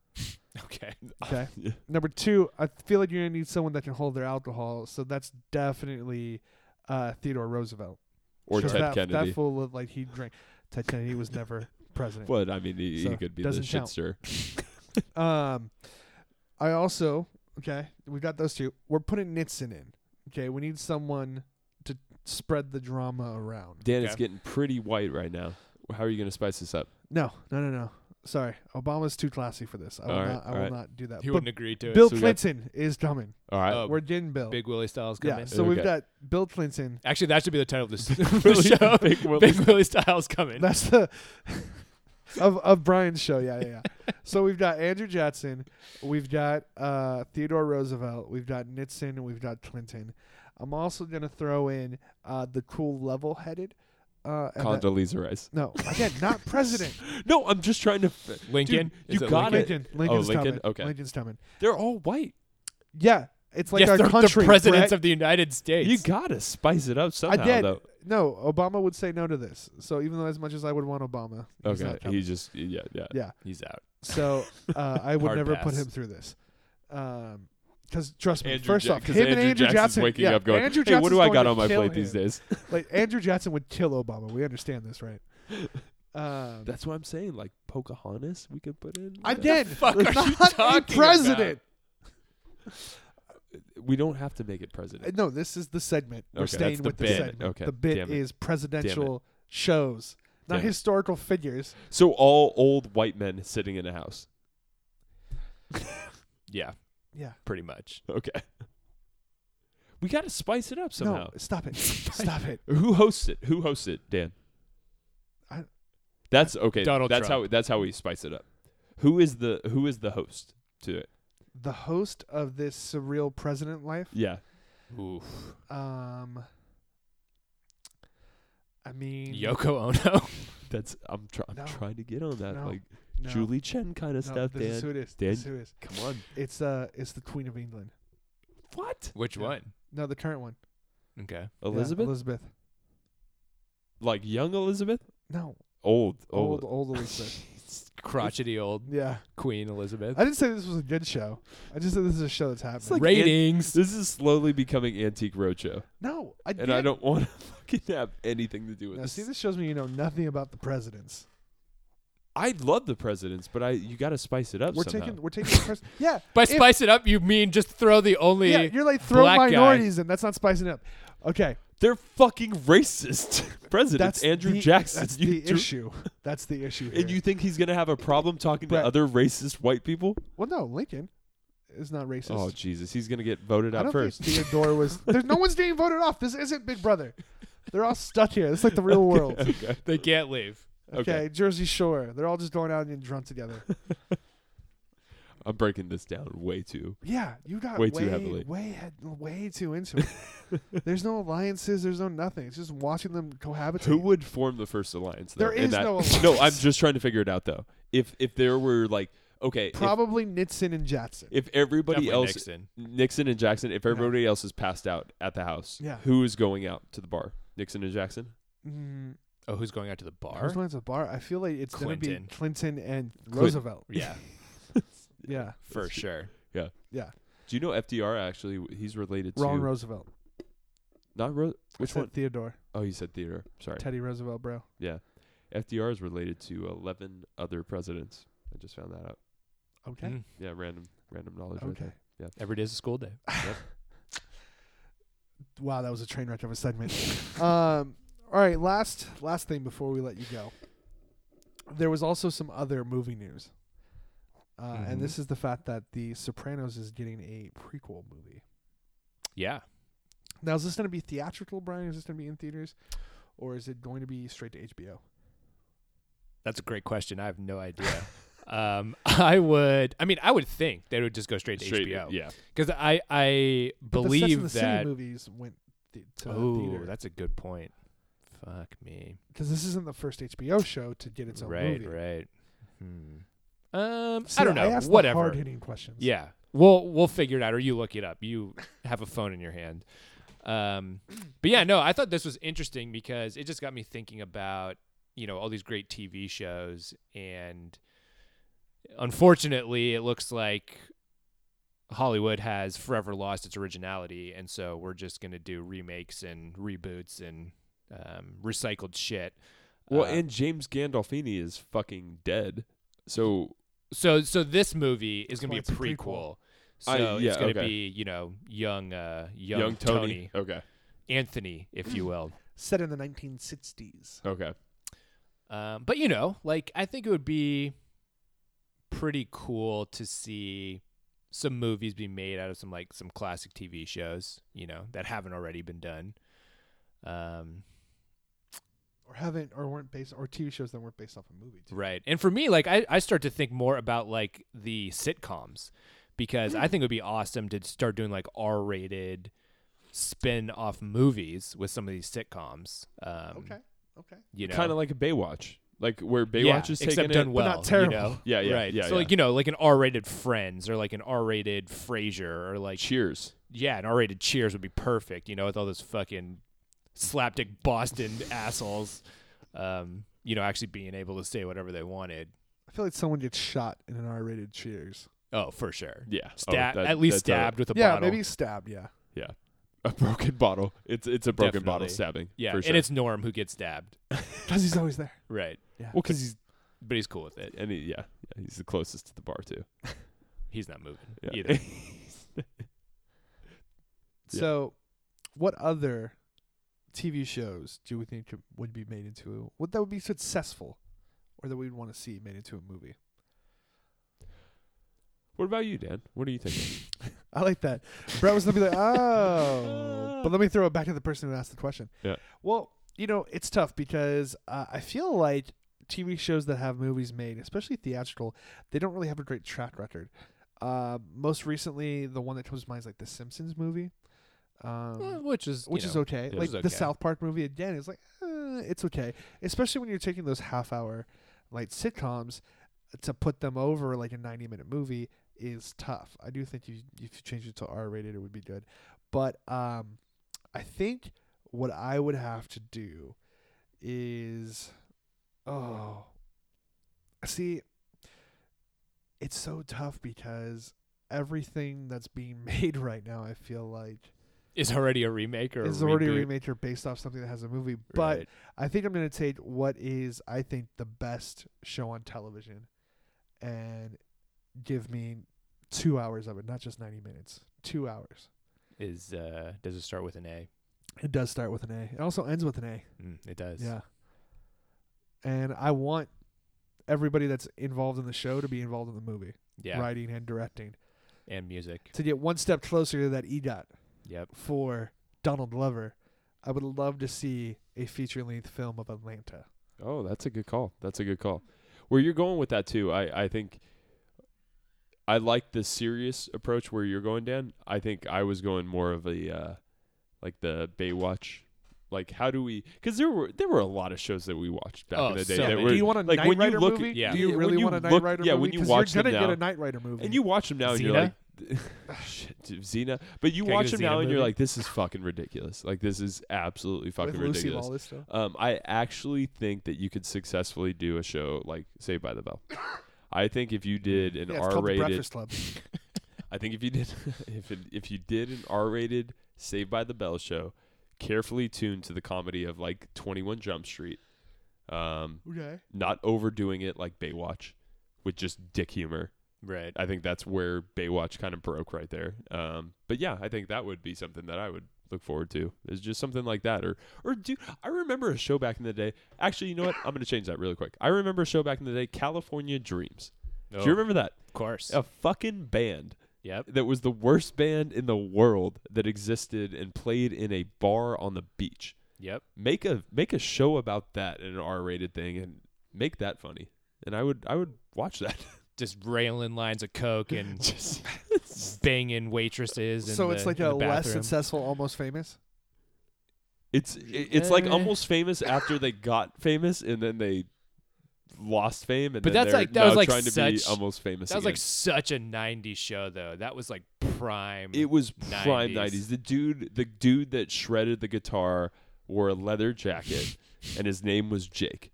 [SPEAKER 2] Okay.
[SPEAKER 3] Okay,
[SPEAKER 4] Yeah.
[SPEAKER 3] number two, I feel like you're gonna need someone that can hold their alcohol, so that's definitely uh, Theodore Roosevelt
[SPEAKER 4] Or
[SPEAKER 3] So
[SPEAKER 4] Ted
[SPEAKER 3] that,
[SPEAKER 4] Kennedy.
[SPEAKER 3] That fool looked like he drank. Ted Kennedy was never president.
[SPEAKER 4] but I mean, he,
[SPEAKER 3] So,
[SPEAKER 4] he could be the
[SPEAKER 3] doesn't count.
[SPEAKER 4] shitster.
[SPEAKER 3] Um, I also okay. We got those two. We're putting Nixon in. Okay, we need someone to spread the drama around.
[SPEAKER 4] Dan, it's
[SPEAKER 2] Okay.
[SPEAKER 4] getting pretty white right now. How are you going to spice this up?
[SPEAKER 3] No, no, no, no. Sorry, Obama's too classy for this. I will
[SPEAKER 4] All right,
[SPEAKER 3] not. I
[SPEAKER 4] all
[SPEAKER 3] will
[SPEAKER 4] right.
[SPEAKER 3] not do that.
[SPEAKER 2] He
[SPEAKER 3] But
[SPEAKER 2] wouldn't agree to
[SPEAKER 3] Bill
[SPEAKER 2] it.
[SPEAKER 4] so we got-
[SPEAKER 3] Clinton is coming.
[SPEAKER 4] All right.
[SPEAKER 2] Oh,
[SPEAKER 3] We're getting Bill.
[SPEAKER 2] Big Willie Styles
[SPEAKER 3] yeah.
[SPEAKER 2] coming.
[SPEAKER 3] So we've
[SPEAKER 4] Okay.
[SPEAKER 3] got Bill Clinton.
[SPEAKER 2] Actually, that should be the title of this
[SPEAKER 4] Willie-
[SPEAKER 2] the show.
[SPEAKER 4] Big Willie
[SPEAKER 2] Big Willie Styles coming.
[SPEAKER 3] That's the of of Brian's show. Yeah, yeah, yeah. so we've got Andrew Jackson, we've got uh, Theodore Roosevelt, we've got Nixon, and we've got Clinton. I'm also gonna throw in uh, the cool level-headed. Uh, and that-
[SPEAKER 4] Condoleezza Rice.
[SPEAKER 3] no, again, not president.
[SPEAKER 4] No, I'm just trying to. F-
[SPEAKER 2] Lincoln.
[SPEAKER 4] you
[SPEAKER 2] Is it
[SPEAKER 4] got
[SPEAKER 2] Lincoln?
[SPEAKER 4] it.
[SPEAKER 3] Lincoln. Lincoln's
[SPEAKER 4] Lincoln?
[SPEAKER 3] coming.
[SPEAKER 4] Okay.
[SPEAKER 3] Lincoln's coming.
[SPEAKER 4] They're all white.
[SPEAKER 3] Yeah, it's like
[SPEAKER 2] yes,
[SPEAKER 3] our
[SPEAKER 2] they're
[SPEAKER 3] country.
[SPEAKER 2] the presidents
[SPEAKER 3] Brett.
[SPEAKER 2] of the United States.
[SPEAKER 4] You gotta spice it up somehow,
[SPEAKER 3] did.
[SPEAKER 4] though.
[SPEAKER 3] no, Obama would say no to this. So even though as much as I would want Obama, he's
[SPEAKER 4] Okay,
[SPEAKER 3] not coming.
[SPEAKER 4] he just yeah yeah.
[SPEAKER 3] yeah.
[SPEAKER 2] He's out.
[SPEAKER 3] So uh, I would
[SPEAKER 2] Hard
[SPEAKER 3] never put
[SPEAKER 2] pass.
[SPEAKER 3] him through this. Um 'cause because trust me,
[SPEAKER 4] Andrew
[SPEAKER 3] first
[SPEAKER 4] Ja-
[SPEAKER 3] off,
[SPEAKER 4] 'cause
[SPEAKER 3] him and Andrew
[SPEAKER 4] Jackson's
[SPEAKER 3] Jackson
[SPEAKER 4] waking
[SPEAKER 3] yeah,
[SPEAKER 4] up going,
[SPEAKER 3] Andrew
[SPEAKER 4] "Hey, what
[SPEAKER 3] Jackson's
[SPEAKER 4] do I
[SPEAKER 3] going
[SPEAKER 4] got
[SPEAKER 3] to
[SPEAKER 4] on my
[SPEAKER 3] kill
[SPEAKER 4] plate these
[SPEAKER 3] him."
[SPEAKER 4] days?"
[SPEAKER 3] Like Andrew Jackson would kill Obama. We understand this, right? Um,
[SPEAKER 4] That's what I'm saying. Like Pocahontas, we could put in.
[SPEAKER 3] I
[SPEAKER 4] Yeah.
[SPEAKER 3] did.
[SPEAKER 2] fuck are you
[SPEAKER 3] not a
[SPEAKER 2] talking
[SPEAKER 3] president.
[SPEAKER 4] We don't have to make it president.
[SPEAKER 3] No, this is the segment. We're
[SPEAKER 4] Okay,
[SPEAKER 3] staying
[SPEAKER 4] that's the
[SPEAKER 3] with the
[SPEAKER 4] bit.
[SPEAKER 3] segment.
[SPEAKER 4] Okay,
[SPEAKER 3] The bit
[SPEAKER 4] damn it.
[SPEAKER 3] is presidential shows, not
[SPEAKER 4] Damn it.
[SPEAKER 3] historical figures.
[SPEAKER 4] So all old white men sitting in a house.
[SPEAKER 2] Yeah,
[SPEAKER 3] Yeah.
[SPEAKER 2] pretty much.
[SPEAKER 4] Okay. We got to spice it up somehow.
[SPEAKER 3] No, stop it. stop it.
[SPEAKER 4] Who hosts it? Who hosts it, Dan?
[SPEAKER 3] I-
[SPEAKER 4] that's okay.
[SPEAKER 2] Donald
[SPEAKER 4] that's
[SPEAKER 2] Trump.
[SPEAKER 4] how that's how we spice it up. Who is the who is the host to it?
[SPEAKER 3] The host of this surreal president life.
[SPEAKER 4] Yeah.
[SPEAKER 2] Ooh.
[SPEAKER 3] Um, I mean,
[SPEAKER 2] Yoko Ono.
[SPEAKER 4] That's I'm, try, I'm
[SPEAKER 3] No.
[SPEAKER 4] trying to get on that
[SPEAKER 3] No.
[SPEAKER 4] like
[SPEAKER 3] no,
[SPEAKER 4] Julie Chen kind
[SPEAKER 3] no,
[SPEAKER 4] of stuff,
[SPEAKER 3] This is who
[SPEAKER 4] Dan.
[SPEAKER 3] it is.
[SPEAKER 4] Dan-
[SPEAKER 3] This is who it is.
[SPEAKER 4] Come on.
[SPEAKER 3] It's uh, it's the Queen of England.
[SPEAKER 4] What?
[SPEAKER 2] Which
[SPEAKER 3] Yeah.
[SPEAKER 2] one?
[SPEAKER 3] No, the current one,
[SPEAKER 2] Okay.
[SPEAKER 3] Yeah,
[SPEAKER 4] Elizabeth?
[SPEAKER 3] Elizabeth.
[SPEAKER 4] like young Elizabeth?
[SPEAKER 3] No,
[SPEAKER 4] Old,
[SPEAKER 3] old,
[SPEAKER 4] old.
[SPEAKER 3] old Elizabeth.
[SPEAKER 2] Crotchety old
[SPEAKER 3] yeah,
[SPEAKER 2] Queen Elizabeth.
[SPEAKER 3] I didn't say this was a good show. I just said this is a show that's happening.
[SPEAKER 4] like-
[SPEAKER 2] Ratings.
[SPEAKER 4] This is slowly becoming Antique Roadshow,
[SPEAKER 3] no, I
[SPEAKER 4] and
[SPEAKER 3] did.
[SPEAKER 4] I don't want to fucking have anything to do with
[SPEAKER 3] Now,
[SPEAKER 4] this.
[SPEAKER 3] see, this shows me you know nothing about the presidents.
[SPEAKER 4] I love the presidents, but I you got to spice it up.
[SPEAKER 3] We're
[SPEAKER 4] somehow.
[SPEAKER 3] taking, we're taking. the pres- yeah,
[SPEAKER 2] By
[SPEAKER 3] if-
[SPEAKER 2] spice it up, you mean just throw the only.
[SPEAKER 3] yeah, you're like throw
[SPEAKER 2] black guy.
[SPEAKER 3] minorities in. That's not spicing it up. Okay,
[SPEAKER 4] They're fucking racist presidents.
[SPEAKER 3] that's
[SPEAKER 4] Andrew
[SPEAKER 3] the-
[SPEAKER 4] Jackson.
[SPEAKER 3] That's
[SPEAKER 4] you
[SPEAKER 3] the
[SPEAKER 4] do-
[SPEAKER 3] issue. That's the issue. Here.
[SPEAKER 4] And you think he's gonna have a problem talking
[SPEAKER 3] Brett.
[SPEAKER 4] to other racist white people?
[SPEAKER 3] well, no, Lincoln is not racist.
[SPEAKER 4] Oh Jesus, he's gonna get voted
[SPEAKER 3] I
[SPEAKER 4] out
[SPEAKER 3] don't
[SPEAKER 4] first.
[SPEAKER 3] think Theodore was. There's no one's getting voted off. This isn't Big Brother. They're all stuck here. It's like the real world.
[SPEAKER 4] okay.
[SPEAKER 2] They can't leave.
[SPEAKER 4] Okay.
[SPEAKER 3] Jersey Shore. They're all just going out and drunk together.
[SPEAKER 4] I'm breaking this down way too.
[SPEAKER 3] yeah, you got
[SPEAKER 4] Way
[SPEAKER 3] way,
[SPEAKER 4] too heavily.
[SPEAKER 3] way head- way too into it. there's no alliances. There's no nothing. It's just watching them cohabitate.
[SPEAKER 4] Who would form the first alliance? Though,
[SPEAKER 3] There
[SPEAKER 4] in
[SPEAKER 3] is
[SPEAKER 4] that-
[SPEAKER 3] no alliance.
[SPEAKER 4] no, I'm just trying to figure it out though. If if there were like okay, if-
[SPEAKER 3] Probably Nitson and Jatson.
[SPEAKER 4] if, everybody
[SPEAKER 2] Definitely
[SPEAKER 4] else
[SPEAKER 2] Nixon.
[SPEAKER 4] Nixon and Jackson, if everybody else is passed out at the house,
[SPEAKER 3] Yeah.
[SPEAKER 4] who is going out to the bar? Nixon and Jackson.
[SPEAKER 3] Mm,
[SPEAKER 2] Oh, who's going out to the
[SPEAKER 3] who's
[SPEAKER 2] bar?
[SPEAKER 3] going to the bar? I feel like it's gonna
[SPEAKER 2] Clinton.
[SPEAKER 3] be Clinton and Roosevelt.
[SPEAKER 2] Yeah,
[SPEAKER 3] Yeah,
[SPEAKER 2] for sure.
[SPEAKER 3] yeah.
[SPEAKER 4] Do you know FDR actually? He's related to
[SPEAKER 3] Ron Roosevelt.
[SPEAKER 4] not Ro- which
[SPEAKER 3] I said
[SPEAKER 4] one?
[SPEAKER 3] Theodore.
[SPEAKER 4] Oh, you said Theodore. Sorry,
[SPEAKER 3] Teddy Roosevelt, bro.
[SPEAKER 4] yeah. FDR is related to eleven other presidents. I just found that out.
[SPEAKER 3] Okay.
[SPEAKER 2] Mm.
[SPEAKER 4] Yeah, random random knowledge right
[SPEAKER 3] Okay.
[SPEAKER 4] there.
[SPEAKER 2] Every day's a school day.
[SPEAKER 3] Wow, that was a train wreck of a segment. um, all right, last last thing before we let you go. There was also some other movie news, uh,
[SPEAKER 2] Mhm.
[SPEAKER 3] and this is the fact that The Sopranos is getting a prequel movie.
[SPEAKER 2] Yeah.
[SPEAKER 3] Now, is this going to be theatrical, Brian? Is this going to be in theaters, or is it going to be straight to HBO?
[SPEAKER 2] That's a great question. I have no idea. um, I would. I mean, I would think they would just go straight to
[SPEAKER 4] Straight-
[SPEAKER 2] HBO.
[SPEAKER 4] Yeah.
[SPEAKER 2] Because I I
[SPEAKER 3] the Sex and the
[SPEAKER 2] believe
[SPEAKER 3] City
[SPEAKER 2] that.
[SPEAKER 3] movies went th- to
[SPEAKER 2] Oh,
[SPEAKER 3] theater
[SPEAKER 2] that's a good point. Fuck me.
[SPEAKER 3] because this isn't the first HBO show to get its own
[SPEAKER 2] right.
[SPEAKER 3] movie.
[SPEAKER 2] Right. Hmm. Um.
[SPEAKER 3] See,
[SPEAKER 2] I don't know.
[SPEAKER 3] asked the
[SPEAKER 2] Whatever.
[SPEAKER 3] hard-hitting questions.
[SPEAKER 2] Yeah. We'll we'll figure it out or you look it up. You have a phone in your hand. Um but yeah, no, I thought this was interesting because it just got me thinking about, you know, all these great TV shows and unfortunately it looks like Hollywood has forever lost its originality and so we're just going to do remakes and reboots and um, recycled shit.
[SPEAKER 4] Well,
[SPEAKER 2] Uh,
[SPEAKER 4] and James Gandolfini is fucking dead. So
[SPEAKER 2] so so this movie is going to be
[SPEAKER 3] That's
[SPEAKER 2] a
[SPEAKER 3] why it's a
[SPEAKER 2] prequel.
[SPEAKER 3] prequel.
[SPEAKER 2] So
[SPEAKER 4] I- yeah,
[SPEAKER 2] it's going to
[SPEAKER 4] okay.
[SPEAKER 2] be, you know, young uh young,
[SPEAKER 4] young,
[SPEAKER 2] Tony.
[SPEAKER 4] Tony. Okay.
[SPEAKER 2] Anthony, if you will.
[SPEAKER 3] set in the 1960s.
[SPEAKER 4] Okay.
[SPEAKER 2] Um, but you know, like I think it would be pretty cool to see some movies be made out of some like some classic TV shows, you know, that haven't already been done. Um,
[SPEAKER 3] or haven't or weren't based or TV shows that weren't based off a movie. Too.
[SPEAKER 2] right. And for me, like I, I start to think more about like the sitcoms because I think it would be awesome to start doing like R rated spin off movies with some of these sitcoms. Um,
[SPEAKER 3] Okay. Okay.
[SPEAKER 2] You know,
[SPEAKER 4] Kind of like a Baywatch, like where Baywatch
[SPEAKER 2] yeah,
[SPEAKER 4] is taken.
[SPEAKER 2] except
[SPEAKER 4] in.
[SPEAKER 2] done well,
[SPEAKER 3] not
[SPEAKER 2] You know?
[SPEAKER 3] terrible.
[SPEAKER 4] Yeah. Yeah.
[SPEAKER 2] right.
[SPEAKER 4] Yeah.
[SPEAKER 2] so like
[SPEAKER 4] yeah.
[SPEAKER 2] you know, like an R-rated Friends or like an R-rated Frasier or like
[SPEAKER 4] Cheers.
[SPEAKER 2] yeah, an R-rated Cheers would be perfect. You know, with all those fucking slapdick Boston assholes, um, you know, actually being able to say whatever they wanted.
[SPEAKER 3] I feel like someone gets shot in an R-rated Cheers.
[SPEAKER 2] Oh, for sure.
[SPEAKER 4] Yeah. Oh,
[SPEAKER 2] Stab,
[SPEAKER 4] that-
[SPEAKER 2] at least
[SPEAKER 4] that's how it-
[SPEAKER 2] stabbed with a
[SPEAKER 3] yeah,
[SPEAKER 2] bottle.
[SPEAKER 3] maybe stabbed. Yeah.
[SPEAKER 4] a broken bottle. It's it's a broken bottle
[SPEAKER 2] Definitely.
[SPEAKER 4] stabbing.
[SPEAKER 2] yeah,
[SPEAKER 4] for
[SPEAKER 2] and
[SPEAKER 4] sure.
[SPEAKER 2] it's Norm who gets stabbed.
[SPEAKER 3] Because he's always there.
[SPEAKER 2] Right,
[SPEAKER 4] well because he's
[SPEAKER 2] but he's cool with it.
[SPEAKER 4] and he, yeah, yeah he's the closest to the bar too.
[SPEAKER 2] He's not moving
[SPEAKER 4] Yeah.
[SPEAKER 2] either.
[SPEAKER 4] Yeah.
[SPEAKER 3] So, what other TV shows do we think could- would be made into what that would be successful, or that we'd want to see made into a movie?
[SPEAKER 4] What about you, Dan? What are you thinking?
[SPEAKER 3] I like that. Brett was gonna be like, oh, but let me throw it back to the person who asked the question.
[SPEAKER 4] Yeah.
[SPEAKER 3] Well, you know, it's tough because uh, I feel like TV shows that have movies made, especially theatrical, they don't really have a great track record. Uh, most recently, the one that comes to mind is like the Simpsons movie,
[SPEAKER 2] Eh,
[SPEAKER 3] um,
[SPEAKER 2] which is
[SPEAKER 3] which
[SPEAKER 2] you
[SPEAKER 3] is
[SPEAKER 2] know,
[SPEAKER 3] okay.
[SPEAKER 4] yeah.
[SPEAKER 3] Like
[SPEAKER 2] It's
[SPEAKER 3] the
[SPEAKER 2] okay.
[SPEAKER 3] South Park movie again is like, eh, it's okay, especially when you're taking those half-hour like sitcoms to put them over like a 90 minute movie is tough. I do think you if you change it to R rated, it would be good. But um, I think what I would have to do is, oh, see, it's so tough because everything that's being made right now, I feel like
[SPEAKER 2] is already a remake or
[SPEAKER 3] is
[SPEAKER 2] a
[SPEAKER 3] already a
[SPEAKER 2] reboot.
[SPEAKER 3] remake or based off something that has a movie. But
[SPEAKER 2] Right.
[SPEAKER 3] I think I'm going to take what is, I think, the best show on television and give me two hours of it, not just 90 minutes, two hours.
[SPEAKER 2] is uh, does it start with an A?
[SPEAKER 3] It does start with an A. It also ends with an A.
[SPEAKER 2] Mm, it does.
[SPEAKER 3] Yeah. And I want everybody that's involved in the show to be involved in the movie,
[SPEAKER 2] yeah,
[SPEAKER 3] writing and directing,
[SPEAKER 2] and music.
[SPEAKER 3] to get one step closer to that EGOT
[SPEAKER 2] Yep.
[SPEAKER 3] for Donald Glover. I would love to see a feature length film of Atlanta.
[SPEAKER 4] Oh, that's a good call. That's a good call. Where you're going with that too, I I think I like the serious approach where you're going, Dan. I think I was going more of a uh, like the Baywatch. Like how do we? Because there were there were a lot of shows that we watched back
[SPEAKER 2] Oh,
[SPEAKER 4] in the day.
[SPEAKER 2] so
[SPEAKER 4] that
[SPEAKER 2] many.
[SPEAKER 4] were,
[SPEAKER 3] Do you want a
[SPEAKER 4] like
[SPEAKER 3] Night
[SPEAKER 4] when
[SPEAKER 3] Rider
[SPEAKER 4] you look,
[SPEAKER 3] movie?
[SPEAKER 4] At,
[SPEAKER 2] yeah.
[SPEAKER 3] Do you
[SPEAKER 4] when
[SPEAKER 3] really want a Night
[SPEAKER 4] look-
[SPEAKER 3] Rider
[SPEAKER 4] yeah,
[SPEAKER 3] movie?
[SPEAKER 4] when you
[SPEAKER 3] 'Cause
[SPEAKER 4] watch
[SPEAKER 3] you're
[SPEAKER 4] them
[SPEAKER 3] gonna
[SPEAKER 4] now,
[SPEAKER 3] get a Night Rider movie.
[SPEAKER 4] and you watch them now, and you're
[SPEAKER 2] Xena?
[SPEAKER 4] like, shit, dude, Xena. But you
[SPEAKER 2] Can I get
[SPEAKER 4] watch
[SPEAKER 2] a
[SPEAKER 4] them now,
[SPEAKER 2] Xena
[SPEAKER 4] and you're
[SPEAKER 2] movie?
[SPEAKER 4] like, this is fucking ridiculous. Like this is absolutely fucking
[SPEAKER 3] with Lucy
[SPEAKER 4] ridiculous.
[SPEAKER 3] Lawless though.
[SPEAKER 4] Um, I actually think that you could successfully do a show like Saved by the Bell. I think if you did an
[SPEAKER 3] Yeah, it's called The
[SPEAKER 4] R-rated,
[SPEAKER 3] Breakfast Club.
[SPEAKER 4] I think if you did if it, if you did an R-rated Saved by the Bell show, carefully tuned to the comedy of like Twenty One Jump Street, um,
[SPEAKER 3] Okay.
[SPEAKER 4] not overdoing it like Baywatch, with just dick humor.
[SPEAKER 2] Right.
[SPEAKER 4] I think that's where Baywatch kind of broke right there. Um, but yeah, I think that would be something that I would look forward to. Is just something like that, or or do I remember a show back in the day? Actually, you know what? I'm going to change that really quick. I remember a show back in the day, California Dreams. Do you remember that?
[SPEAKER 2] Oh, Of course.
[SPEAKER 4] A fucking band
[SPEAKER 2] Yep.
[SPEAKER 4] that was the worst band in the world that existed and played in a bar on the beach.
[SPEAKER 2] Yep.
[SPEAKER 4] Make a make a show about that in an R-rated thing and make that funny. And I would I would watch that.
[SPEAKER 2] Just railing lines of coke and
[SPEAKER 4] just
[SPEAKER 2] banging waitresses. in
[SPEAKER 3] So
[SPEAKER 2] the-
[SPEAKER 3] it's like
[SPEAKER 2] in
[SPEAKER 3] a
[SPEAKER 2] the
[SPEAKER 3] less
[SPEAKER 2] bathroom.
[SPEAKER 3] successful, almost famous.
[SPEAKER 4] It's i- it's like
[SPEAKER 2] Eh.
[SPEAKER 4] almost famous after they got famous and then they lost fame and
[SPEAKER 2] But
[SPEAKER 4] then
[SPEAKER 2] that's
[SPEAKER 4] they're
[SPEAKER 2] like- that
[SPEAKER 4] now
[SPEAKER 2] was like
[SPEAKER 4] trying to be
[SPEAKER 2] such-
[SPEAKER 4] almost famous.
[SPEAKER 2] That was
[SPEAKER 4] again.
[SPEAKER 2] like such a '90s show, though. That was like prime.
[SPEAKER 4] it was prime
[SPEAKER 2] 90s.
[SPEAKER 4] nineties. The dude the dude that shredded the guitar wore a leather jacket and his name was Jake.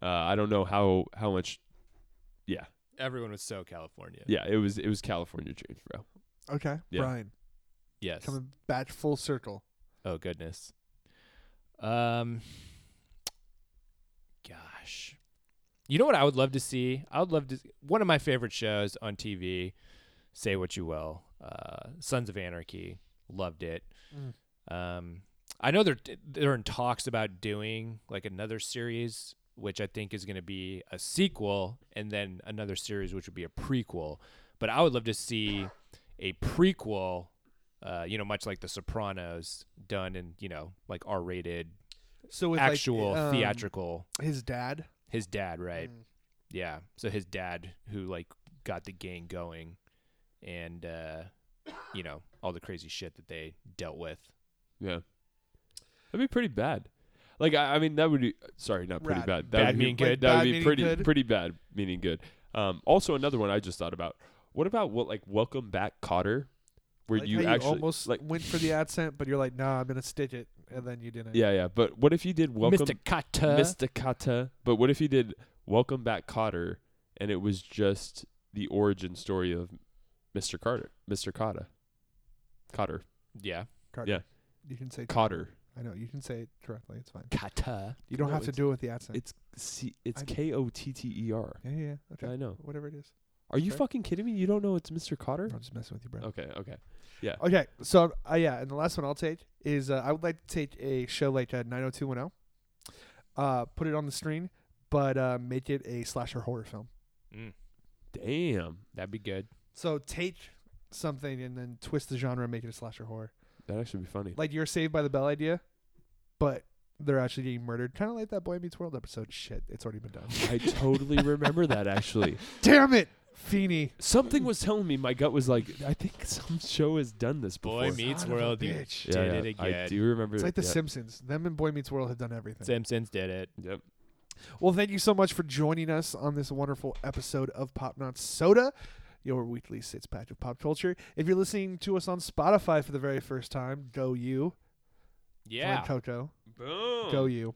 [SPEAKER 4] Uh, I don't know how how much. Yeah,
[SPEAKER 2] Everyone was so California.
[SPEAKER 4] yeah. It was it was California Dreams, bro.
[SPEAKER 3] Okay.
[SPEAKER 4] Yeah.
[SPEAKER 3] Brian,
[SPEAKER 2] Yes.
[SPEAKER 3] coming back full circle.
[SPEAKER 2] Oh goodness. Um. Gosh. You know what I would love to see? I would love to. One of my favorite shows on TV. Say what you will. Uh, Sons of Anarchy. Loved it. Um, I know they're they're in talks about doing like another series, which I think is going to be a sequel, and then another series which would be a prequel. But I would love to see a prequel, uh, you know, much like The Sopranos, done in you know like R rated,
[SPEAKER 3] So with
[SPEAKER 2] actual
[SPEAKER 3] like, um,
[SPEAKER 2] theatrical.
[SPEAKER 3] His dad.
[SPEAKER 2] His dad, right?
[SPEAKER 3] Mm.
[SPEAKER 2] Yeah. So his dad, who like got the gang going, and uh, you know all the crazy shit that they dealt with.
[SPEAKER 4] Yeah, that'd be pretty bad. Like I, I mean, that would be sorry, not pretty
[SPEAKER 3] Rad.
[SPEAKER 4] bad. That
[SPEAKER 2] Bad
[SPEAKER 4] would be,
[SPEAKER 2] meaning good.
[SPEAKER 4] That
[SPEAKER 3] Bad
[SPEAKER 4] would be
[SPEAKER 3] meaning
[SPEAKER 4] pretty
[SPEAKER 3] good.
[SPEAKER 4] pretty bad meaning good. Um, also another one I just thought about. What about what like Welcome Back Cotter, where
[SPEAKER 3] Like
[SPEAKER 4] you
[SPEAKER 3] how
[SPEAKER 4] actually
[SPEAKER 3] almost
[SPEAKER 4] like
[SPEAKER 3] went for the accent, but you're like, nah, I'm gonna stick it, and then you didn't.
[SPEAKER 4] yeah yeah. But what if you did Welcome
[SPEAKER 2] Mr. Kata.
[SPEAKER 4] Mr. Cotter? But what if you did Welcome Back Cotter, and it was just the origin story of Mr. Carter, Mr. Cotta, Cotter,
[SPEAKER 2] Yeah.
[SPEAKER 3] Carter,
[SPEAKER 4] Yeah.
[SPEAKER 3] You can say.
[SPEAKER 4] Cotter.
[SPEAKER 3] I know you can say it correctly. It's fine.
[SPEAKER 2] Kata.
[SPEAKER 3] You don't
[SPEAKER 4] No,
[SPEAKER 3] have to
[SPEAKER 4] it's-
[SPEAKER 3] do it with the accent.
[SPEAKER 4] It's C, it's
[SPEAKER 3] I'm-
[SPEAKER 4] K O T T E R.
[SPEAKER 3] yeah, yeah, yeah. Okay.
[SPEAKER 4] I know.
[SPEAKER 3] Whatever it is.
[SPEAKER 4] Are you
[SPEAKER 3] Sure.
[SPEAKER 4] fucking kidding me? You don't know it's Mr. Cotter?
[SPEAKER 3] I'm just messing with you, bro.
[SPEAKER 4] Okay, okay.
[SPEAKER 3] Okay, so uh, yeah, and the last one I'll take is uh, I would like to take a show like uh, 90210, uh, put it on the screen, but uh, make it a slasher horror film.
[SPEAKER 2] Mm.
[SPEAKER 4] Damn.
[SPEAKER 2] That'd be good.
[SPEAKER 3] So take something and then twist the genre and make it a slasher horror.
[SPEAKER 4] That'd actually be funny.
[SPEAKER 3] Like your Saved by the Bell idea, but they're actually getting murdered. Kind of like that Boy Meets World episode. Shit, it's already been done.
[SPEAKER 4] I totally remember that actually.
[SPEAKER 3] Damn it, Feeny.
[SPEAKER 4] Something was telling me my gut was like, I think some show has done this before.
[SPEAKER 2] Boy Meets
[SPEAKER 3] Son of a
[SPEAKER 2] World. You
[SPEAKER 3] bitch.
[SPEAKER 2] did
[SPEAKER 4] yeah,
[SPEAKER 2] it
[SPEAKER 4] yeah,
[SPEAKER 2] again.
[SPEAKER 4] I do remember
[SPEAKER 3] It's like The
[SPEAKER 4] yeah.
[SPEAKER 3] Simpsons. Them and Boy Meets World have done everything.
[SPEAKER 2] Simpsons did it.
[SPEAKER 4] Yep.
[SPEAKER 3] Well, thank you so much for joining us on this wonderful episode of Pop Not Soda, your weekly sits pack of pop culture. If you're listening to us on Spotify for the very first time, go you. Join
[SPEAKER 2] Yeah.
[SPEAKER 3] Coco.
[SPEAKER 4] Boom.
[SPEAKER 3] Go you.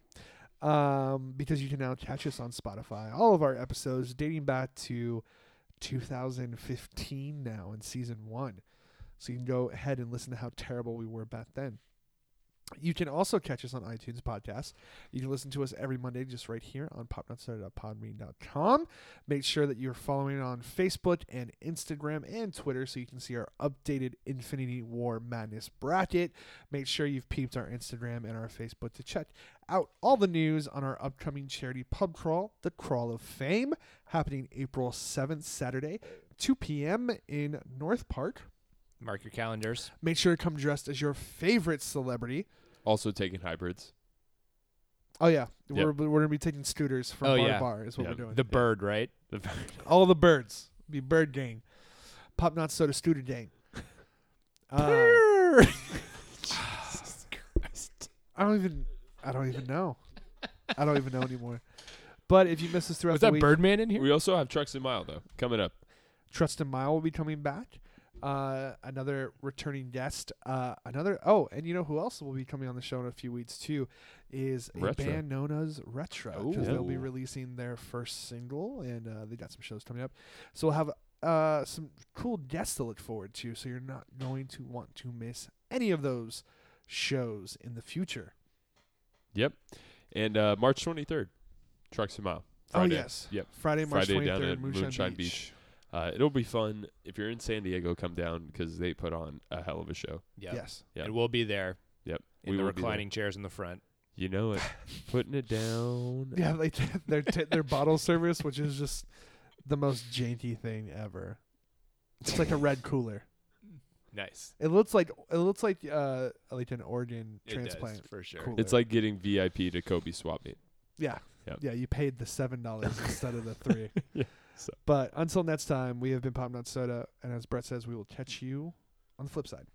[SPEAKER 3] Um, because you can now catch us on Spotify. All of our episodes dating back to 2015 now in season one. So you can go ahead and listen to how terrible we were back then. You can also catch us on iTunes podcasts. You can listen to us every Monday just right here on popnotsoda.podbean.com. Make sure that you're following on Facebook and Instagram and Twitter so you can see our updated Infinity War Madness bracket. Make sure you've peeped our Instagram and our Facebook to check out all the news on our upcoming charity pub crawl, the Crawl of Fame, happening April 7th, Saturday, 2 p.m. in North Park.
[SPEAKER 2] Mark your calendars.
[SPEAKER 3] Make sure to come dressed as your favorite celebrity.
[SPEAKER 4] Also taking hybrids.
[SPEAKER 3] Oh yeah, we're we're gonna be taking scooters from
[SPEAKER 2] Oh,
[SPEAKER 3] bar
[SPEAKER 2] yeah.
[SPEAKER 3] to bar is what
[SPEAKER 4] Yeah.
[SPEAKER 3] we're doing.
[SPEAKER 2] The bird, right?
[SPEAKER 4] The bird.
[SPEAKER 3] All the birds, be bird gang, pop not soda scooter gang. Uh, I don't even I don't even know. I don't even know anymore. But if you miss us throughout
[SPEAKER 2] Was
[SPEAKER 3] the
[SPEAKER 2] that
[SPEAKER 3] week,
[SPEAKER 2] Birdman in here?
[SPEAKER 4] We also have trucks and mile though coming up.
[SPEAKER 3] Trust and Mile will be coming back. Uh, another returning guest. Uh, another oh, and you know who else will be coming on the show in a few weeks too is a
[SPEAKER 4] Retro. Oh.
[SPEAKER 3] band known as Retro because they'll be
[SPEAKER 4] Ooh.
[SPEAKER 3] releasing their first single and uh, they got some shows coming up. So we'll have uh, some cool guests to look forward to. So you're not going to want to miss any of those shows in the future.
[SPEAKER 4] Yep, and uh, March 23rd, trucks and mile. Friday.
[SPEAKER 3] Oh yes,
[SPEAKER 4] Yep.
[SPEAKER 3] Friday March
[SPEAKER 4] Friday
[SPEAKER 3] twenty
[SPEAKER 4] down
[SPEAKER 3] third,
[SPEAKER 4] at
[SPEAKER 3] Moonshine,
[SPEAKER 4] Moonshine
[SPEAKER 3] Beach.
[SPEAKER 4] Uh, it'll be fun. If you're in San Diego, come down because they put on a hell of a show.
[SPEAKER 2] Yeah.
[SPEAKER 3] Yes,
[SPEAKER 4] Yeah.
[SPEAKER 2] And we'll be there
[SPEAKER 4] Yep,
[SPEAKER 2] in the
[SPEAKER 4] will be there.
[SPEAKER 2] reclining chairs in the front.
[SPEAKER 4] You know it. Putting it down.
[SPEAKER 3] yeah, like their t- their bottle service, which is just the most janky thing ever. It's like a red cooler.
[SPEAKER 2] Nice.
[SPEAKER 3] It looks like it looks like uh like an organ
[SPEAKER 2] It does,
[SPEAKER 3] transplant.
[SPEAKER 2] for sure.
[SPEAKER 3] Cool.
[SPEAKER 4] It's like getting VIP to Kobe Swap Meet.
[SPEAKER 3] Yeah.
[SPEAKER 4] Yep.
[SPEAKER 3] Yeah, you paid the seven dollars instead of the three.
[SPEAKER 4] Yeah, so.
[SPEAKER 3] But until next time, we have been Pop Nut Soda, and as Brett says, we will catch you on the flip side.